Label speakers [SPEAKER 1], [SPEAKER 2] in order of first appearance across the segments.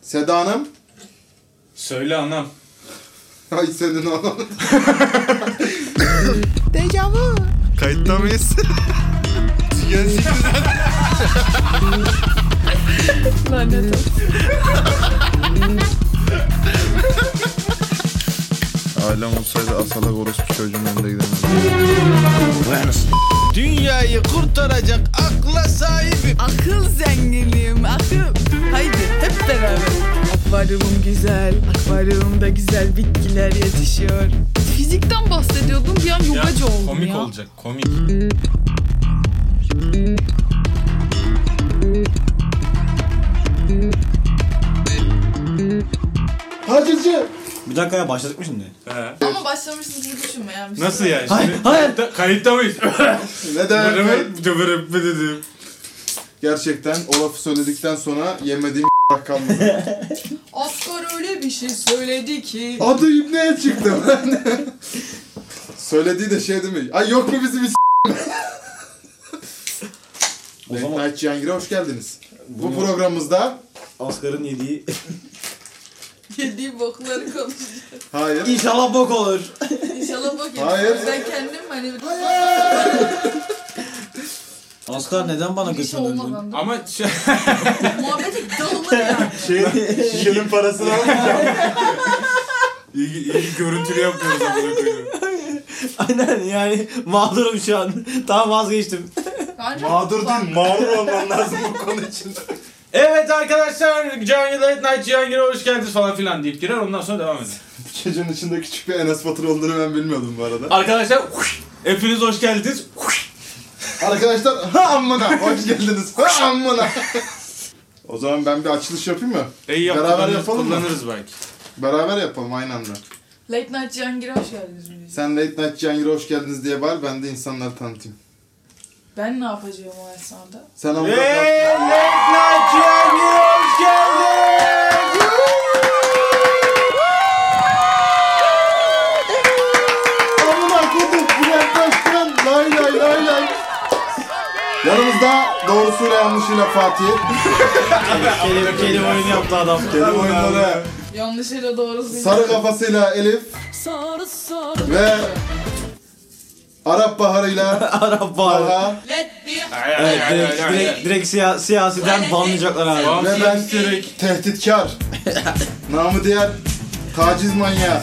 [SPEAKER 1] Seda Hanım.
[SPEAKER 2] Söyle anam.
[SPEAKER 1] Ay senin anam.
[SPEAKER 3] Kayıtta mıyız?
[SPEAKER 4] Lanet
[SPEAKER 3] Ailem olsaydı asalak orospu çocuğun önünde gidemezdim.
[SPEAKER 5] Dünyayı kurtaracak akla sahibim.
[SPEAKER 4] Akıl zenginliğim, akıl. Haydi hep beraber. Akvaryumum güzel, akvaryumda güzel bitkiler yetişiyor. Fizikten bahsediyordum bir an yogacı oldum
[SPEAKER 2] komik
[SPEAKER 4] ya.
[SPEAKER 2] olacak komik.
[SPEAKER 1] Hacıcı.
[SPEAKER 6] Bir dakika ya başladık mı şimdi?
[SPEAKER 2] He.
[SPEAKER 4] Ama başlamışsın gibi düşünme yani.
[SPEAKER 2] Nasıl yani?
[SPEAKER 6] Hayır,
[SPEAKER 2] Şimdi-
[SPEAKER 6] hayır.
[SPEAKER 2] Da- Kayıtta mıyız?
[SPEAKER 1] Ne demek?
[SPEAKER 2] Dövürüm, dövürüm.
[SPEAKER 1] Gerçekten o lafı söyledikten sonra yemediğim kalmadı.
[SPEAKER 4] Asgar öyle bir şey söyledi ki.
[SPEAKER 1] Adı İbni'ye çıktı. Söylediği de şey değil mi? Ay yok mu bizim hiç
[SPEAKER 6] O
[SPEAKER 1] Late
[SPEAKER 6] zaman
[SPEAKER 1] Night Cihangir'e hoş geldiniz. Bu programımızda
[SPEAKER 6] Asgar'ın yediği...
[SPEAKER 4] Yediği bokları konuşacağız.
[SPEAKER 1] hayır.
[SPEAKER 6] İnşallah bok olur.
[SPEAKER 4] İnşallah bok yedim.
[SPEAKER 1] Hayır.
[SPEAKER 4] Ben kendim hani...
[SPEAKER 6] Asgar neden bana
[SPEAKER 4] Bir şey
[SPEAKER 6] götünü
[SPEAKER 4] olmaz
[SPEAKER 6] döndün?
[SPEAKER 4] anladın mı?
[SPEAKER 2] Ama şey-
[SPEAKER 4] Muhabbeti dalılır ya.
[SPEAKER 6] Şişenin parasını al.
[SPEAKER 2] iyi, iyi görüntülü yapıyoruz. amına koyayım.
[SPEAKER 6] Aynen yani mağdurum şu an. Tamam vazgeçtim.
[SPEAKER 4] Bence
[SPEAKER 6] mağdur olman lazım bu konu için.
[SPEAKER 2] Evet arkadaşlar Cihangir Late Night Cihangir'e hoş geldiniz falan filan deyip girer ondan sonra devam eder.
[SPEAKER 1] Çocuğun içinde küçük bir Enes Batur olduğunu ben bilmiyordum bu arada.
[SPEAKER 2] Arkadaşlar huş, hepiniz hoş geldiniz. Huş.
[SPEAKER 1] Arkadaşlar ha ammına hoş geldiniz. Ha ammına. o zaman ben bir açılış yapayım mı?
[SPEAKER 2] E, iyi yaptık,
[SPEAKER 1] Beraber
[SPEAKER 2] kullanırız-
[SPEAKER 1] yapalım mı?
[SPEAKER 2] Kullanırız belki.
[SPEAKER 1] Beraber yapalım aynı anda.
[SPEAKER 4] Late Night Cihangir'e hoş geldiniz. mi?
[SPEAKER 1] Sen Late Night Cihangir'e hoş geldiniz diye bağır ben de insanları tanıtayım.
[SPEAKER 4] Ben ne yapacağım o esnada?
[SPEAKER 1] Sen amına
[SPEAKER 2] Hey, Late Night Cihangir'e hoş geldiniz.
[SPEAKER 1] Amına kodum uzaklaştıran lay lay lay lay. Yanımızda doğrusuyla yanlışıyla Fatih.
[SPEAKER 6] Kelime kelime oyunu yaptı adam.
[SPEAKER 1] Kerim oyunları
[SPEAKER 4] Yanlışıyla doğrusu
[SPEAKER 1] sarı kafasıyla Elif
[SPEAKER 4] Sarı sarı.
[SPEAKER 1] ve Arap baharıyla
[SPEAKER 6] Arap bağırdı.
[SPEAKER 1] Talha
[SPEAKER 4] Let me
[SPEAKER 2] Ay, ay,
[SPEAKER 6] Evet
[SPEAKER 2] ay,
[SPEAKER 6] direkt,
[SPEAKER 2] ay, ay,
[SPEAKER 6] direkt,
[SPEAKER 2] ay.
[SPEAKER 6] direkt siya- siyasiden banlayacaklar abi.
[SPEAKER 2] Tamam,
[SPEAKER 1] ve ben
[SPEAKER 2] direkt.
[SPEAKER 1] tehditkar. Namı diğer taciz manyağı.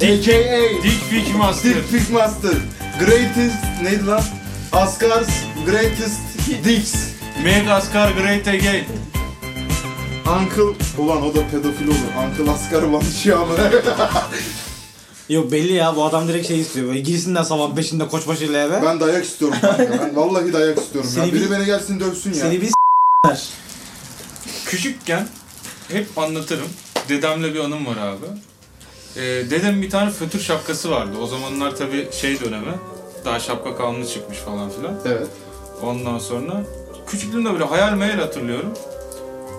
[SPEAKER 2] DKA. Dick Pic Master.
[SPEAKER 1] Dick Pic Master. Greatest neydi lan? Asgars Greatest Dicks.
[SPEAKER 2] Meg Asgar Great Again.
[SPEAKER 1] Uncle ulan o da pedofil olur. Uncle Asgar banışıyor ama.
[SPEAKER 6] Yok belli ya bu adam direkt şey istiyor. Böyle girsinler sabah 5'inde koçbaşıyla eve.
[SPEAKER 1] Ben dayak istiyorum kanka. Ben vallahi dayak istiyorum ya.
[SPEAKER 6] Seni
[SPEAKER 1] Biri
[SPEAKER 6] bir-
[SPEAKER 1] beni gelsin dövsün ya.
[SPEAKER 6] Seni biz
[SPEAKER 2] Küçükken hep anlatırım. Dedemle bir anım var abi. Ee, dedem bir tane fötür şapkası vardı. O zamanlar tabii şey dönemi. Daha şapka kanunu çıkmış falan filan.
[SPEAKER 1] Evet.
[SPEAKER 2] Ondan sonra küçüklüğümde böyle hayal meyal hatırlıyorum.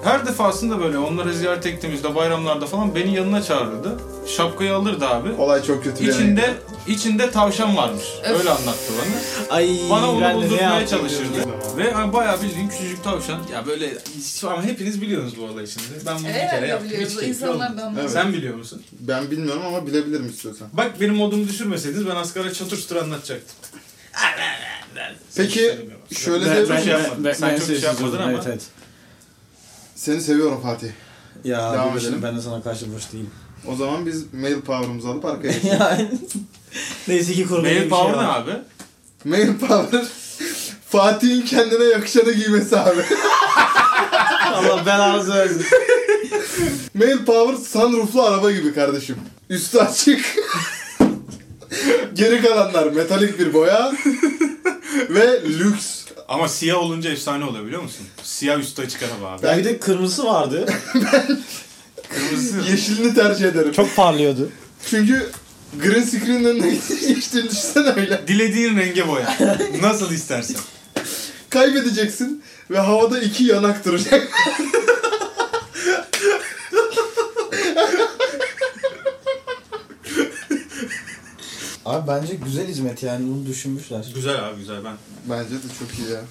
[SPEAKER 2] Her defasında böyle onları ziyaret ettiğimizde bayramlarda falan beni yanına çağırırdı. Şapkayı alırdı abi.
[SPEAKER 1] Olay çok kötü bir yere.
[SPEAKER 2] İçinde içinde tavşan varmış.
[SPEAKER 4] Öf.
[SPEAKER 2] Öyle anlattı bana.
[SPEAKER 6] Ay
[SPEAKER 2] Bana
[SPEAKER 6] ben de
[SPEAKER 2] onu
[SPEAKER 6] ne
[SPEAKER 2] buldurmaya
[SPEAKER 6] yaptım
[SPEAKER 2] çalışırdı.
[SPEAKER 6] diyorum.
[SPEAKER 2] Ve hani bayağı bildiğin küçücük tavşan. Ya böyle ama hepiniz biliyorsunuz bu olayı şimdi. Ben bunu bir kere
[SPEAKER 4] Evet
[SPEAKER 2] yaptım. Hiç
[SPEAKER 4] biliyoruz.
[SPEAKER 2] keyifli olmadı.
[SPEAKER 4] İnsanlar da anlıyor.
[SPEAKER 1] Evet.
[SPEAKER 2] Sen biliyor musun?
[SPEAKER 1] Ben bilmiyorum ama bilebilirim istiyorsan.
[SPEAKER 2] Bak benim modumu düşürmeseydiniz ben Asgar'a çatır çutur anlatacaktım.
[SPEAKER 1] Peki şöyle
[SPEAKER 2] Ben-
[SPEAKER 1] de
[SPEAKER 2] ben-
[SPEAKER 6] Ben,
[SPEAKER 2] şey
[SPEAKER 6] ben,
[SPEAKER 2] yapmadım.
[SPEAKER 6] ben,
[SPEAKER 2] Sen çok şey
[SPEAKER 6] sözsüz
[SPEAKER 2] yapmadın
[SPEAKER 6] oldum,
[SPEAKER 2] ama.
[SPEAKER 6] Evet, evet.
[SPEAKER 1] seni seviyorum Fatih.
[SPEAKER 6] Ya
[SPEAKER 1] Devam
[SPEAKER 6] bu işin
[SPEAKER 1] edelim.
[SPEAKER 6] ben de sana karşı boş değilim.
[SPEAKER 1] O zaman biz mail power'ımızı alıp arkaya geçelim.
[SPEAKER 6] Yani. Neyse ki kurgu
[SPEAKER 2] Mail power ne abi?
[SPEAKER 1] mail power Fatih'in kendine yakışanı giymesi abi.
[SPEAKER 6] Allah belanızı versin.
[SPEAKER 1] mail power sunrooflu araba gibi kardeşim. Üstü açık. Geri kalanlar metalik bir boya ve lüks.
[SPEAKER 2] Ama siyah olunca efsane oluyor biliyor musun? Siyah üstü açık araba abi.
[SPEAKER 6] Ya bir de kırmızısı vardı.
[SPEAKER 2] Kırmızı.
[SPEAKER 1] Yeşilini tercih ederim.
[SPEAKER 6] Çok parlıyordu.
[SPEAKER 1] Çünkü green screen'in önüne geçtiğini düşünsene öyle.
[SPEAKER 2] Dilediğin renge boya. Nasıl istersen.
[SPEAKER 1] Kaybedeceksin ve havada iki yanak duracak.
[SPEAKER 6] Abi bence güzel hizmet yani bunu düşünmüşler.
[SPEAKER 2] Güzel abi güzel ben.
[SPEAKER 1] Bence de çok iyi ya.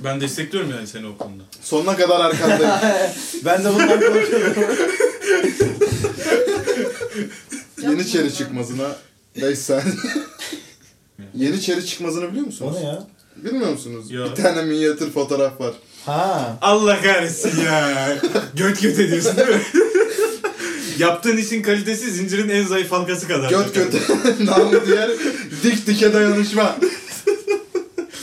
[SPEAKER 2] Ben destekliyorum yani seni o konuda.
[SPEAKER 1] Sonuna kadar arkandayım.
[SPEAKER 6] Ben de bundan korkuyordum.
[SPEAKER 1] Yeniçeri çıkmasına 5 saniye. Yeniçeri çıkmasını biliyor musunuz?
[SPEAKER 6] O ne ya?
[SPEAKER 1] Bilmiyor musunuz?
[SPEAKER 2] Yo.
[SPEAKER 1] Bir tane minyatür fotoğraf var.
[SPEAKER 6] Ha.
[SPEAKER 2] Allah kahretsin ya. Göt göt ediyorsun değil mi? Yaptığın işin kalitesi zincirin en zayıf halkası kadar.
[SPEAKER 1] Göt göte namı diğer dik dike dayanışma.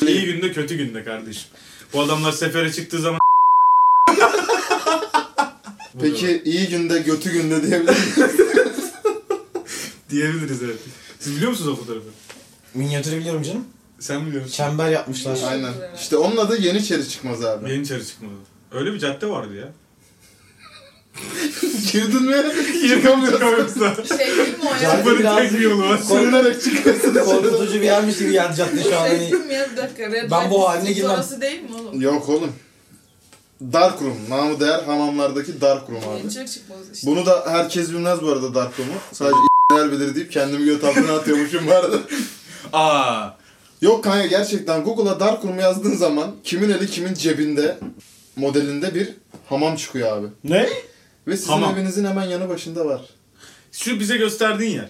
[SPEAKER 2] İyi günde kötü günde kardeşim. Bu adamlar sefere çıktığı zaman
[SPEAKER 1] Peki iyi günde götü günde diyebilir miyim?
[SPEAKER 2] diyebiliriz evet. Siz biliyor musunuz o fotoğrafı?
[SPEAKER 6] Minyatürü biliyorum canım.
[SPEAKER 2] Sen biliyor musun?
[SPEAKER 6] Çember yapmışlar.
[SPEAKER 1] Aynen. İşte onun adı Yeniçeri çıkmaz abi.
[SPEAKER 2] Yeniçeri çıkmadı. Öyle bir cadde vardı ya.
[SPEAKER 1] Girdin mi? Çıkamıyorsun.
[SPEAKER 2] Yoksa
[SPEAKER 4] Şey değil mi o ya?
[SPEAKER 6] Can-
[SPEAKER 2] bunun tek
[SPEAKER 6] Birazcık-
[SPEAKER 2] bir yolu var.
[SPEAKER 1] Sürünerek çıkıyorsun.
[SPEAKER 6] Korkutucu bir yermiş gibi geldi cadde şu an.
[SPEAKER 4] Şey
[SPEAKER 6] Hani
[SPEAKER 4] değil mi ya bir dakika? Red
[SPEAKER 6] Ben bu
[SPEAKER 4] Light
[SPEAKER 6] haline girmem.
[SPEAKER 4] Sonrası değil mi oğlum?
[SPEAKER 1] Yok oğlum. Dark Room. Namı değer hamamlardaki Dark Room abi.
[SPEAKER 4] Yeniçeri çıkmaz işte.
[SPEAKER 1] Bunu da herkes bilmez bu arada Dark Room'u. Sadece i**ler bilir deyip kendimi göt altına atıyormuşum bu arada.
[SPEAKER 2] Aa.
[SPEAKER 1] Yok kanka gerçekten Google'a Dark Room yazdığın zaman kimin eli kimin cebinde modelinde bir hamam çıkıyor abi.
[SPEAKER 6] ne?
[SPEAKER 1] Ve sizin
[SPEAKER 2] Hamam.
[SPEAKER 1] evinizin hemen yanı başında var.
[SPEAKER 2] Şu bize gösterdiğin yer.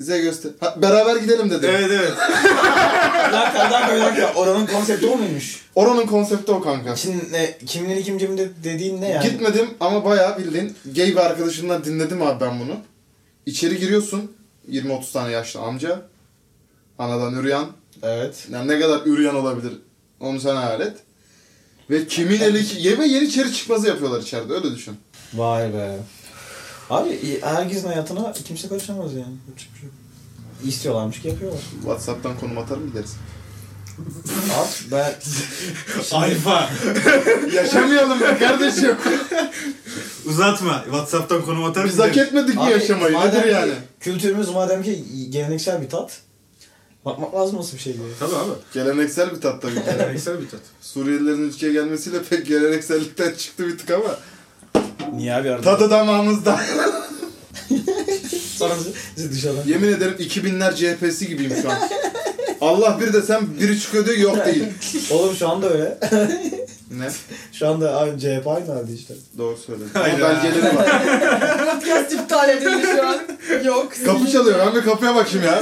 [SPEAKER 1] Bize göster. Ha, beraber gidelim dedim.
[SPEAKER 2] Evet evet.
[SPEAKER 6] Bir dakika bir dakika bir dakika. Oranın konsepti o muymuş?
[SPEAKER 1] Oranın konsepti o kanka.
[SPEAKER 6] Şimdi ne? Kimleri kim cebinde dediğin ne yani?
[SPEAKER 1] Gitmedim ama bayağı bildiğin gay bir arkadaşımdan dinledim abi ben bunu. İçeri giriyorsun. 20-30 tane yaşlı amca. Anadan üreyen.
[SPEAKER 6] Evet.
[SPEAKER 1] Yani ne kadar üreyen olabilir onu sen hayal et. Ve kimin eli... Yeme yeri içeri çıkmazı yapıyorlar içeride öyle düşün.
[SPEAKER 6] Vay be. Abi herkesin hayatına kimse karışamaz yani. Hiçbir şey yok. İstiyorlarmış ki yapıyorlar.
[SPEAKER 1] Whatsapp'tan konum atarım gideriz.
[SPEAKER 6] Abi ben...
[SPEAKER 2] Alfa.
[SPEAKER 1] Yaşamayalım be kardeşim.
[SPEAKER 2] Uzatma. Whatsapp'tan konum atar
[SPEAKER 1] Biz
[SPEAKER 2] mısın?
[SPEAKER 1] hak etmedik mi
[SPEAKER 6] Abi,
[SPEAKER 1] yaşamayı?
[SPEAKER 6] madem
[SPEAKER 1] Nedir
[SPEAKER 6] ki
[SPEAKER 1] yani?
[SPEAKER 6] Kültürümüz madem ki geleneksel bir tat. Bakmak lazım nasıl bir şey diye.
[SPEAKER 2] Tabii abi.
[SPEAKER 1] Geleneksel bir tat tabii ki.
[SPEAKER 2] Geleneksel bir tat.
[SPEAKER 1] Suriyelilerin ülkeye gelmesiyle pek geleneksellikten çıktı bir tık ama.
[SPEAKER 6] Niye abi arada?
[SPEAKER 1] Tadı damağımızda.
[SPEAKER 6] Sonra siz- siz dışarıdan.
[SPEAKER 1] Yemin ederim 2000'ler CHP'si gibiyim şu an. Allah bir desem biri çıkıyor diyor yok değil.
[SPEAKER 6] Oğlum şu anda öyle.
[SPEAKER 1] Ne?
[SPEAKER 6] Şu anda aynı CHP aynı halde işte.
[SPEAKER 1] Doğru söyledin.
[SPEAKER 2] Hayda.
[SPEAKER 1] Ama belgeleri var.
[SPEAKER 4] Podcast iptal edildi şu an. Yok.
[SPEAKER 1] Kapı çalıyor. Ben bir kapıya bakayım ya.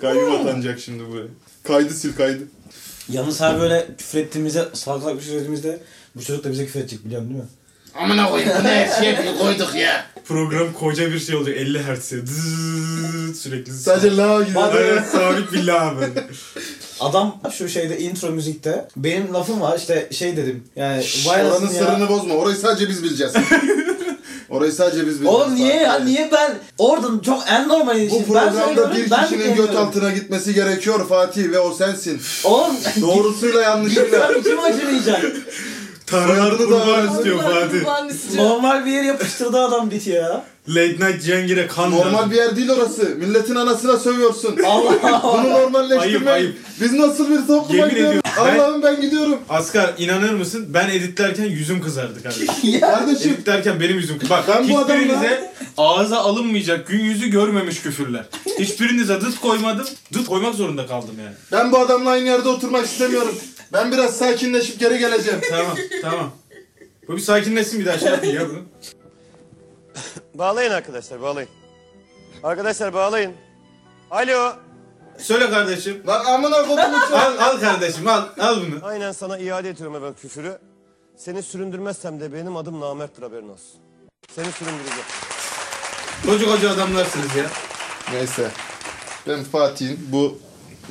[SPEAKER 1] Kayyum atanacak şimdi buraya. Kaydı sil kaydı.
[SPEAKER 6] Yalnız her böyle küfür ettiğimizde, salak salak bir şey söylediğimizde bu çocuk da bize küfür edecek biliyorsun değil mi?
[SPEAKER 1] Amına koyayım bu ne şey koyduk ya.
[SPEAKER 2] Program koca bir şey olacak. 50 hertz'e. Zzzz Sürekli.
[SPEAKER 1] Sadece la gidiyor.
[SPEAKER 2] Aynen, sabit bir la böyle.
[SPEAKER 6] Adam şu şeyde intro müzikte benim lafım var işte şey dedim yani vay
[SPEAKER 1] Oranın
[SPEAKER 6] anasını ya.
[SPEAKER 1] sırrını bozma. Orayı sadece biz bileceğiz. Orayı sadece biz bileceğiz.
[SPEAKER 6] Oğlum niye ya? Niye ben oradan çok en normal
[SPEAKER 1] Bu
[SPEAKER 6] ilişki. ben
[SPEAKER 1] programda
[SPEAKER 6] söylüyorum,
[SPEAKER 1] bir
[SPEAKER 6] ben
[SPEAKER 1] kişinin göt
[SPEAKER 6] dinlemiyorum.
[SPEAKER 1] altına gitmesi gerekiyor Fatih ve o sensin.
[SPEAKER 6] Oğlum
[SPEAKER 1] Doğrusuyla yanlışıyla.
[SPEAKER 6] gitsem kim acımayacak?
[SPEAKER 2] Tarhar
[SPEAKER 1] Soyadını da
[SPEAKER 2] kurban
[SPEAKER 1] öğrendim.
[SPEAKER 2] istiyor Fatih.
[SPEAKER 6] normal bir yere yapıştırdı adam biti ya.
[SPEAKER 2] Late night Cengir'e kan
[SPEAKER 1] Normal
[SPEAKER 2] lazım.
[SPEAKER 1] bir yer değil orası. Milletin anasına sövüyorsun.
[SPEAKER 6] Allah
[SPEAKER 1] Bunu
[SPEAKER 2] Ayıp,
[SPEAKER 1] normalleştirme.
[SPEAKER 2] ayıp.
[SPEAKER 1] Biz nasıl bir topluma
[SPEAKER 2] Yemin
[SPEAKER 1] gidiyoruz?
[SPEAKER 2] ediyorum,
[SPEAKER 1] Allah'ım ben gidiyorum.
[SPEAKER 2] Asgar inanır mısın? Ben editlerken yüzüm kızardı kardeşim.
[SPEAKER 6] ya.
[SPEAKER 1] Kardeşim
[SPEAKER 2] Editlerken benim yüzüm kızardı. Bak
[SPEAKER 1] Ben bu adamla-
[SPEAKER 2] hiçbirinize ağza alınmayacak gün yüzü görmemiş küfürler. Hiçbirinize dıt koymadım. Dıt koymak zorunda kaldım yani.
[SPEAKER 1] ben bu adamla aynı yerde oturmak istemiyorum. Ben biraz sakinleşip geri geleceğim.
[SPEAKER 2] Tamam tamam. Bu bir sakinleşsin bir daha şey yapayım ya bunu.
[SPEAKER 7] Bağlayın arkadaşlar, bağlayın. Arkadaşlar bağlayın. Alo.
[SPEAKER 2] Söyle kardeşim.
[SPEAKER 1] Lan amına kodumu çal-
[SPEAKER 2] Al, al kardeşim al. Al bunu.
[SPEAKER 7] Aynen sana iade ediyorum hemen küfürü. Seni süründürmezsem de benim adım namerttir haberin olsun. Seni süründüreceğim.
[SPEAKER 2] Koca koca adamlarsınız ya.
[SPEAKER 1] Neyse. Ben Fatih'in bu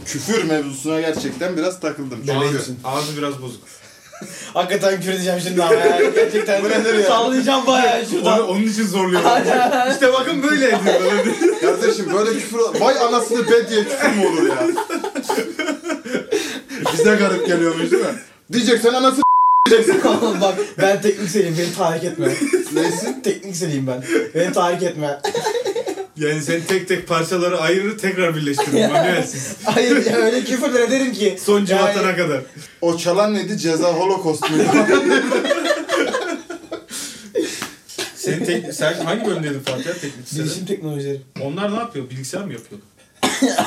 [SPEAKER 1] küfür mevzusuna gerçekten biraz takıldım. Çünkü-
[SPEAKER 2] Ağzı, ağzı biraz bozuk.
[SPEAKER 6] Hakikaten küfür edeceğim şimdi ama yani. Gerçekten
[SPEAKER 1] Bu nedir ya?
[SPEAKER 6] sallayacağım bayağı
[SPEAKER 2] Onu,
[SPEAKER 6] şuradan.
[SPEAKER 2] onun için zorluyorum. işte bakın böyle ediyorlar.
[SPEAKER 1] Kardeşim böyle küfür... Vay anasını be diye küfür mü olur ya? Bize garip geliyormuş değil mi? Diyeceksen anası
[SPEAKER 6] Oğlum bak ben teknik seliyim beni tahrik etme.
[SPEAKER 1] neyse.
[SPEAKER 6] teknik seliyim ben. Beni tahrik etme.
[SPEAKER 2] Yani seni tek tek parçalara ayırır tekrar birleştirir. Manuelsiz.
[SPEAKER 6] Hayır ya öyle küfürler ederim ki.
[SPEAKER 2] Son civatana kadar.
[SPEAKER 1] O çalan neydi? Ceza holokost muydu?
[SPEAKER 2] Senin tek, sen hangi bölümdeydin Fatih ya teknik lisede?
[SPEAKER 6] Bilişim teknolojileri.
[SPEAKER 2] Onlar ne yapıyor? Bilgisayar mı yapıyor?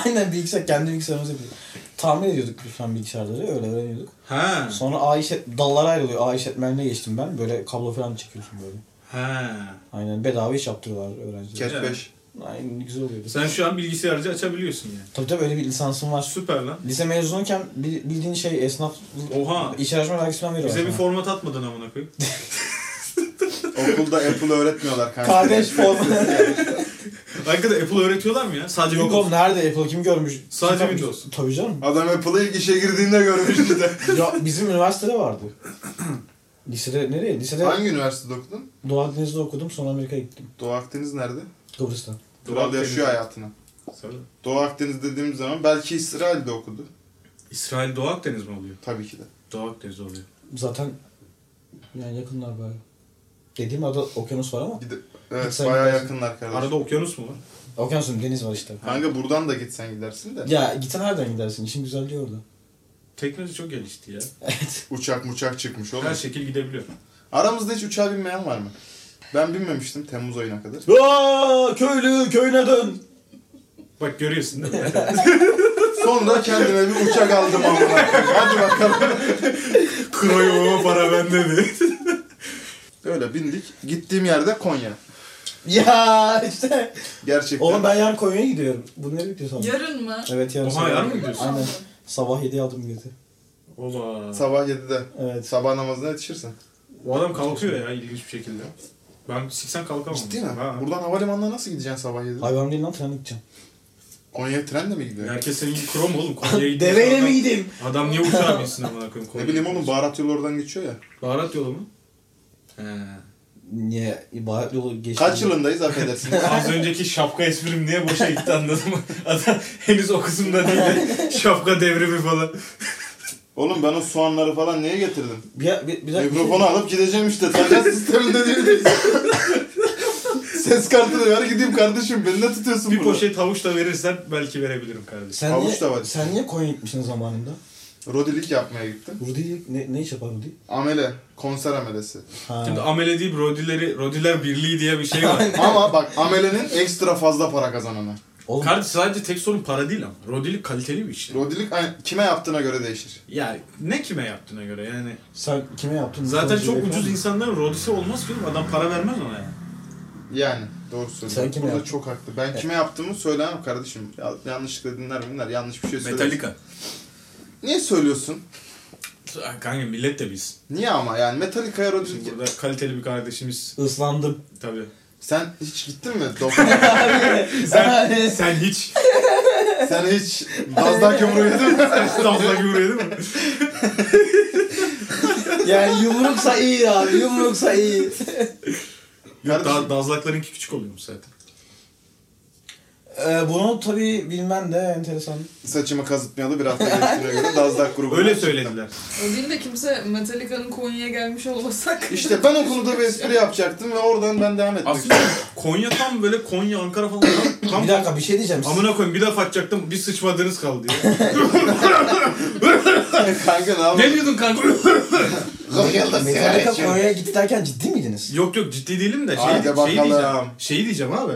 [SPEAKER 6] Aynen bilgisayar kendi bilgisayarımızı yapıyorduk. Tamir ediyorduk lütfen bilgisayarları öyle öğreniyorduk.
[SPEAKER 8] Ha.
[SPEAKER 6] Sonra ağ işlet dallara ayrılıyor. Ağ işletmenliğe geçtim ben. Böyle kablo falan çekiyorsun böyle.
[SPEAKER 8] Ha.
[SPEAKER 6] Aynen bedava iş yaptırıyorlar öğrencilere.
[SPEAKER 1] Cat 5.
[SPEAKER 6] Aynen güzel oluyordu.
[SPEAKER 2] Sen şu an bilgisayarcı açabiliyorsun yani.
[SPEAKER 6] Tabii tabii öyle bir lisansım var.
[SPEAKER 2] Süper lan.
[SPEAKER 6] Lise mezunuyken bi- bildiğin şey esnaf
[SPEAKER 2] Oha.
[SPEAKER 6] iş araştırma vergisinden veriyorlar.
[SPEAKER 2] Bize bir
[SPEAKER 6] sana.
[SPEAKER 2] format atmadın amına koyayım.
[SPEAKER 1] Okulda Apple öğretmiyorlar kanka.
[SPEAKER 6] Kardeş formu.
[SPEAKER 2] Hakikaten Apple öğretiyorlar mı ya? Sadece
[SPEAKER 6] Yok
[SPEAKER 2] Windows.
[SPEAKER 6] oğlum nerede Apple kim görmüş?
[SPEAKER 2] Sadece
[SPEAKER 6] Kim yapmış?
[SPEAKER 2] Windows.
[SPEAKER 6] Tabii canım.
[SPEAKER 1] Adam Apple'ı ilk işe girdiğinde görmüş bir de.
[SPEAKER 6] ya bizim üniversitede vardı. Lisede nereye? Lisede
[SPEAKER 1] Hangi üniversitede okudun?
[SPEAKER 6] Doğu Akdeniz'de okudum sonra Amerika'ya gittim.
[SPEAKER 1] Doğu Akdeniz nerede?
[SPEAKER 6] Kıbrıs'ta.
[SPEAKER 1] Doğu yaşıyor hayatını.
[SPEAKER 2] Söyle.
[SPEAKER 1] Doğu Akdeniz dediğimiz zaman belki İsrail'de okudu.
[SPEAKER 2] İsrail Doğu Akdeniz mi oluyor?
[SPEAKER 1] Tabii ki de.
[SPEAKER 2] Doğu Akdeniz oluyor.
[SPEAKER 6] Zaten yani yakınlar bayağı. Dediğim arada okyanus var ama.
[SPEAKER 1] Gide evet
[SPEAKER 6] Gitsen
[SPEAKER 1] bayağı
[SPEAKER 6] gidersin.
[SPEAKER 1] yakınlar kardeşim.
[SPEAKER 2] Arada okyanus mu var?
[SPEAKER 6] Okyanus mu? Deniz var işte.
[SPEAKER 1] Kanka buradan da gitsen gidersin de.
[SPEAKER 6] Ya gitsen nereden gidersin? İşin güzelliği orada.
[SPEAKER 2] Teknoloji çok gelişti ya.
[SPEAKER 6] Evet.
[SPEAKER 1] Uçak muçak çıkmış oğlum.
[SPEAKER 2] Her şekil gidebiliyor.
[SPEAKER 1] Aramızda hiç uçağa binmeyen var mı? Ben binmemiştim Temmuz ayına kadar.
[SPEAKER 6] Aa, köylü köyüne dön.
[SPEAKER 2] Bak görüyorsun değil mi?
[SPEAKER 1] Sonra kendime bir uçak aldım ama. Hadi bakalım.
[SPEAKER 2] Kroyuma para bende mi?
[SPEAKER 1] Öyle bindik. Gittiğim yerde Konya.
[SPEAKER 6] Ya işte.
[SPEAKER 1] Gerçekten.
[SPEAKER 6] Oğlum ben yarın Konya'ya gidiyorum. Bu ne bekliyor sana?
[SPEAKER 4] Yarın mı?
[SPEAKER 6] Evet yarın.
[SPEAKER 2] Oha,
[SPEAKER 6] sabah.
[SPEAKER 2] yarın mı gidiyorsun?
[SPEAKER 6] Aynen. Sabah 7 aldım bileti.
[SPEAKER 2] Ola.
[SPEAKER 1] Sabah 7'de.
[SPEAKER 6] Evet.
[SPEAKER 1] Sabah namazına yetişirsin.
[SPEAKER 2] O adam kalkıyor ya ilginç bir şekilde. Ben siksen kalkamam.
[SPEAKER 1] Ciddi mi?
[SPEAKER 2] Ha.
[SPEAKER 1] Buradan havalimanına nasıl gideceksin sabah 7'de?
[SPEAKER 6] Hayvan değil lan trenle gideceğim.
[SPEAKER 1] Konya'ya trenle mi gidiyor?
[SPEAKER 2] Herkes senin gibi krom oğlum. Konya'ya gidiyor.
[SPEAKER 6] Deveyle
[SPEAKER 2] Adam-
[SPEAKER 6] mi gideyim?
[SPEAKER 2] Adam niye uçağa binsin amına koyayım?
[SPEAKER 1] Ne
[SPEAKER 2] Konya'ya
[SPEAKER 1] bileyim
[SPEAKER 2] gidiyor.
[SPEAKER 1] oğlum baharat yolu oradan geçiyor ya.
[SPEAKER 2] Baharat yolu mu? He.
[SPEAKER 6] Niye? İbadet yolu geçti.
[SPEAKER 1] Kaç yılındayız affedersin.
[SPEAKER 2] Az önceki şapka esprim niye boşa gitti anladın mı? Adam henüz o kısımda değil. şapka devrimi falan.
[SPEAKER 1] oğlum ben o soğanları falan niye getirdim?
[SPEAKER 6] Bir, bir, şey- bir dakika.
[SPEAKER 1] Mikrofonu alıp gideceğim işte. Takas sisteminde değiliz. Ses kartını ver gideyim kardeşim. Beni ne tutuyorsun
[SPEAKER 2] Bir
[SPEAKER 1] burada?
[SPEAKER 2] poşet havuç da verirsen belki verebilirim kardeşim.
[SPEAKER 6] Sen
[SPEAKER 1] Havuç
[SPEAKER 6] niye,
[SPEAKER 1] da var.
[SPEAKER 6] sen niye Konya'ya gitmişsin zamanında?
[SPEAKER 1] Rodilik yapmaya gittim.
[SPEAKER 6] Rudi ne, ne iş yapar Rudi?
[SPEAKER 1] Amele. Konser amelesi.
[SPEAKER 6] Ha.
[SPEAKER 2] Şimdi amele deyip Rodileri, Rodiler Birliği diye bir şey var.
[SPEAKER 1] Ama bak amelenin ekstra fazla para kazananı.
[SPEAKER 6] Oğlum,
[SPEAKER 2] Kardeş sadece tek sorun para değil ama. Rodilik kaliteli bir iş.
[SPEAKER 1] Rodilik ay- kime yaptığına göre değişir.
[SPEAKER 2] Yani ne kime yaptığına göre yani.
[SPEAKER 6] sen kime yaptın?
[SPEAKER 2] Zaten
[SPEAKER 6] Sen
[SPEAKER 2] çok
[SPEAKER 6] direkt
[SPEAKER 2] ucuz
[SPEAKER 6] mi?
[SPEAKER 2] insanların rodisi olmaz ki oğlum. Adam para vermez ona yani.
[SPEAKER 1] Yani doğru söylüyorsun.
[SPEAKER 6] Sen kime
[SPEAKER 1] Burada
[SPEAKER 6] yaptın?
[SPEAKER 1] çok haklı. Ben kime yaptığımı söylemem kardeşim. Ya- yanlışlıkla dinler mi dinler? Yanlış bir şey söyler.
[SPEAKER 2] Metallica.
[SPEAKER 1] Niye söylüyorsun?
[SPEAKER 2] Kanka millet de biz.
[SPEAKER 1] Niye ama yani Metallica'ya Rodilik...
[SPEAKER 2] Şimdi burada kaliteli bir kardeşimiz
[SPEAKER 6] Islandım.
[SPEAKER 2] tabii.
[SPEAKER 1] Sen hiç gittin mi? Doktor-
[SPEAKER 2] Sen, sen hiç
[SPEAKER 1] Sen hiç bazdan kömürü yedin mi?
[SPEAKER 2] İstanbul'a gibi buraya değil mi?
[SPEAKER 6] yani yumruksa iyi abi, yumruksa iyi.
[SPEAKER 2] Yok
[SPEAKER 1] Kardeşim-
[SPEAKER 2] da, dazlaklarınki küçük oluyormuş zaten.
[SPEAKER 6] Ee, bunu tabii bilmen de enteresan.
[SPEAKER 1] Saçımı kazıtmayalı bir hafta geçtiğine göre Dazdak grubu.
[SPEAKER 2] Öyle söylediler.
[SPEAKER 4] O değil de kimse Metallica'nın Konya'ya gelmiş olmasak.
[SPEAKER 1] İşte ben o konuda bir espri yapacaktım ve oradan ben devam etmek
[SPEAKER 2] Aslında Konya tam böyle Konya, Ankara falan tam, tam
[SPEAKER 6] Bir dakika bir şey diyeceğim.
[SPEAKER 2] Amına koyayım bir laf atacaktım bir sıçmadınız kaldı ya.
[SPEAKER 1] Kanka ne yapayım?
[SPEAKER 2] ne diyordun kanka?
[SPEAKER 6] Metallica Konya'ya gitti derken ciddi miydiniz?
[SPEAKER 2] yok yok ciddi değilim de şey,
[SPEAKER 1] Haydi
[SPEAKER 2] şey
[SPEAKER 1] bakalım.
[SPEAKER 2] diyeceğim. Şeyi diyeceğim abi.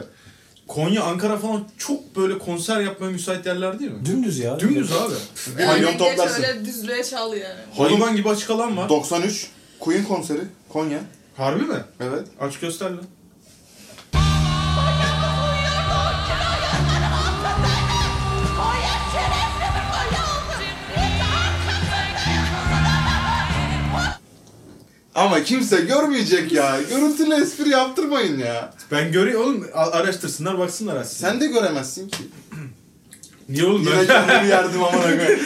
[SPEAKER 2] Konya, Ankara falan çok böyle konser yapmaya müsait yerler değil mi?
[SPEAKER 6] Dümdüz ya.
[SPEAKER 2] Dümdüz abi.
[SPEAKER 1] Milyon
[SPEAKER 4] geç
[SPEAKER 1] toplarsın.
[SPEAKER 4] Öyle düzlüğe çal yani.
[SPEAKER 2] Hayvan gibi açık alan var.
[SPEAKER 1] 93 Queen konseri Konya.
[SPEAKER 2] Harbi mi?
[SPEAKER 1] Evet.
[SPEAKER 2] Aç göster lan.
[SPEAKER 1] Ama kimse görmeyecek ya. Görüntülü espri yaptırmayın ya.
[SPEAKER 2] Ben görüyorum oğlum a- araştırsınlar baksınlar aslında.
[SPEAKER 1] Sen de göremezsin ki.
[SPEAKER 2] Niye oğlum
[SPEAKER 1] Yine
[SPEAKER 2] ben?
[SPEAKER 1] kendimi yerdim amına koyayım.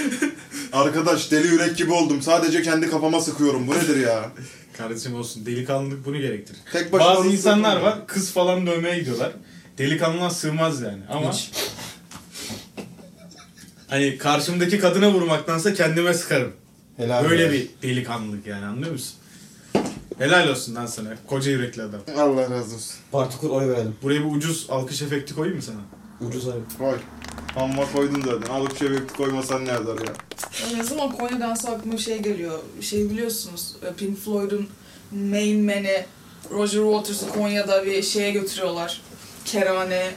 [SPEAKER 1] Arkadaş deli yürek gibi oldum. Sadece kendi kafama sıkıyorum. Bu nedir ya?
[SPEAKER 2] Kardeşim olsun delikanlılık bunu gerektirir.
[SPEAKER 1] Tek başına
[SPEAKER 2] Bazı
[SPEAKER 1] olursa
[SPEAKER 2] insanlar
[SPEAKER 1] yapamam.
[SPEAKER 2] var kız falan dövmeye gidiyorlar. Delikanlılığa sığmaz yani ama... Hani karşımdaki kadına vurmaktansa kendime sıkarım.
[SPEAKER 6] Helal
[SPEAKER 2] Böyle
[SPEAKER 6] olsun.
[SPEAKER 2] bir delikanlılık yani anlıyor musun? Helal olsun lan sana koca yürekli adam.
[SPEAKER 1] Allah razı olsun.
[SPEAKER 6] Parti kur oy verelim.
[SPEAKER 2] Buraya bir ucuz alkış efekti koyayım mı sana?
[SPEAKER 6] Ucuz abi.
[SPEAKER 1] Koy. Amma koydun zaten. Alıp şebekli koymasan ne yazar ya?
[SPEAKER 4] Ya Ne zaman Konya dansı aklıma şey geliyor. Şey biliyorsunuz e, Pink Floyd'un main man'i Roger Waters'ı Konya'da bir şeye götürüyorlar. Kerane.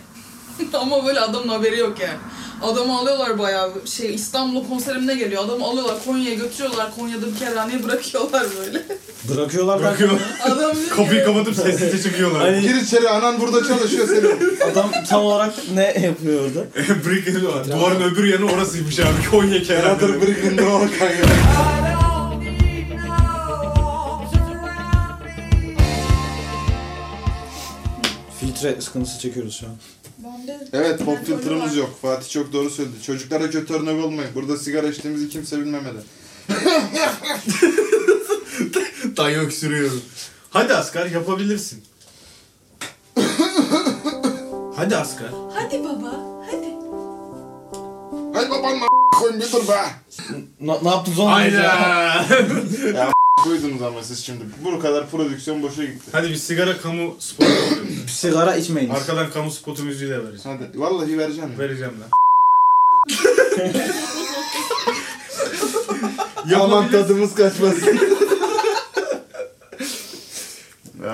[SPEAKER 4] Ama böyle adamın haberi yok yani. Adamı alıyorlar bayağı şey İstanbul'a konserimine geliyor. Adamı alıyorlar Konya'ya götürüyorlar. Konya'da bir kerhaneye bırakıyorlar böyle.
[SPEAKER 6] Bırakıyorlar da-
[SPEAKER 2] Bakıyor.
[SPEAKER 4] Adam diyor ki,
[SPEAKER 2] Kapıyı kapatıp sessizce çıkıyorlar.
[SPEAKER 6] Hani
[SPEAKER 1] Gir içeri anan burada çalışıyor seni.
[SPEAKER 6] adam tam olarak ne yapıyor orada?
[SPEAKER 2] Brick ediyorlar. Duvarın öbür yanı orasıymış abi. Konya kenarları.
[SPEAKER 1] Another brick in the wall kanka.
[SPEAKER 6] Filtre sıkıntısı çekiyoruz şu an.
[SPEAKER 4] "Ben de-
[SPEAKER 1] Evet pop
[SPEAKER 4] Ben
[SPEAKER 1] filtremiz
[SPEAKER 4] koyuyorum."
[SPEAKER 1] yok. Fatih çok doğru söyledi. Çocuklara kötü örnek olmayın. Burada sigara içtiğimizi kimse bilmemeli.
[SPEAKER 2] Dayı öksürüyorum. Hadi Asgar yapabilirsin. Hadi Asgar.
[SPEAKER 4] Hadi baba hadi.
[SPEAKER 1] Hay babanla koyun bir dur be.
[SPEAKER 6] Ne, ne yaptınız onu?
[SPEAKER 2] Aynen.
[SPEAKER 1] Duydunuz ama siz şimdi. Bu kadar prodüksiyon boşa gitti.
[SPEAKER 2] Hadi bir sigara kamu spotu yapıyoruz.
[SPEAKER 6] Sigara içmeyiniz.
[SPEAKER 2] Arkadan kamu spotu müziğiyle vereceğim.
[SPEAKER 1] Hadi vallahi vereceğim.
[SPEAKER 2] Vereceğim ben.
[SPEAKER 1] Yaman tadımız kaçmasın.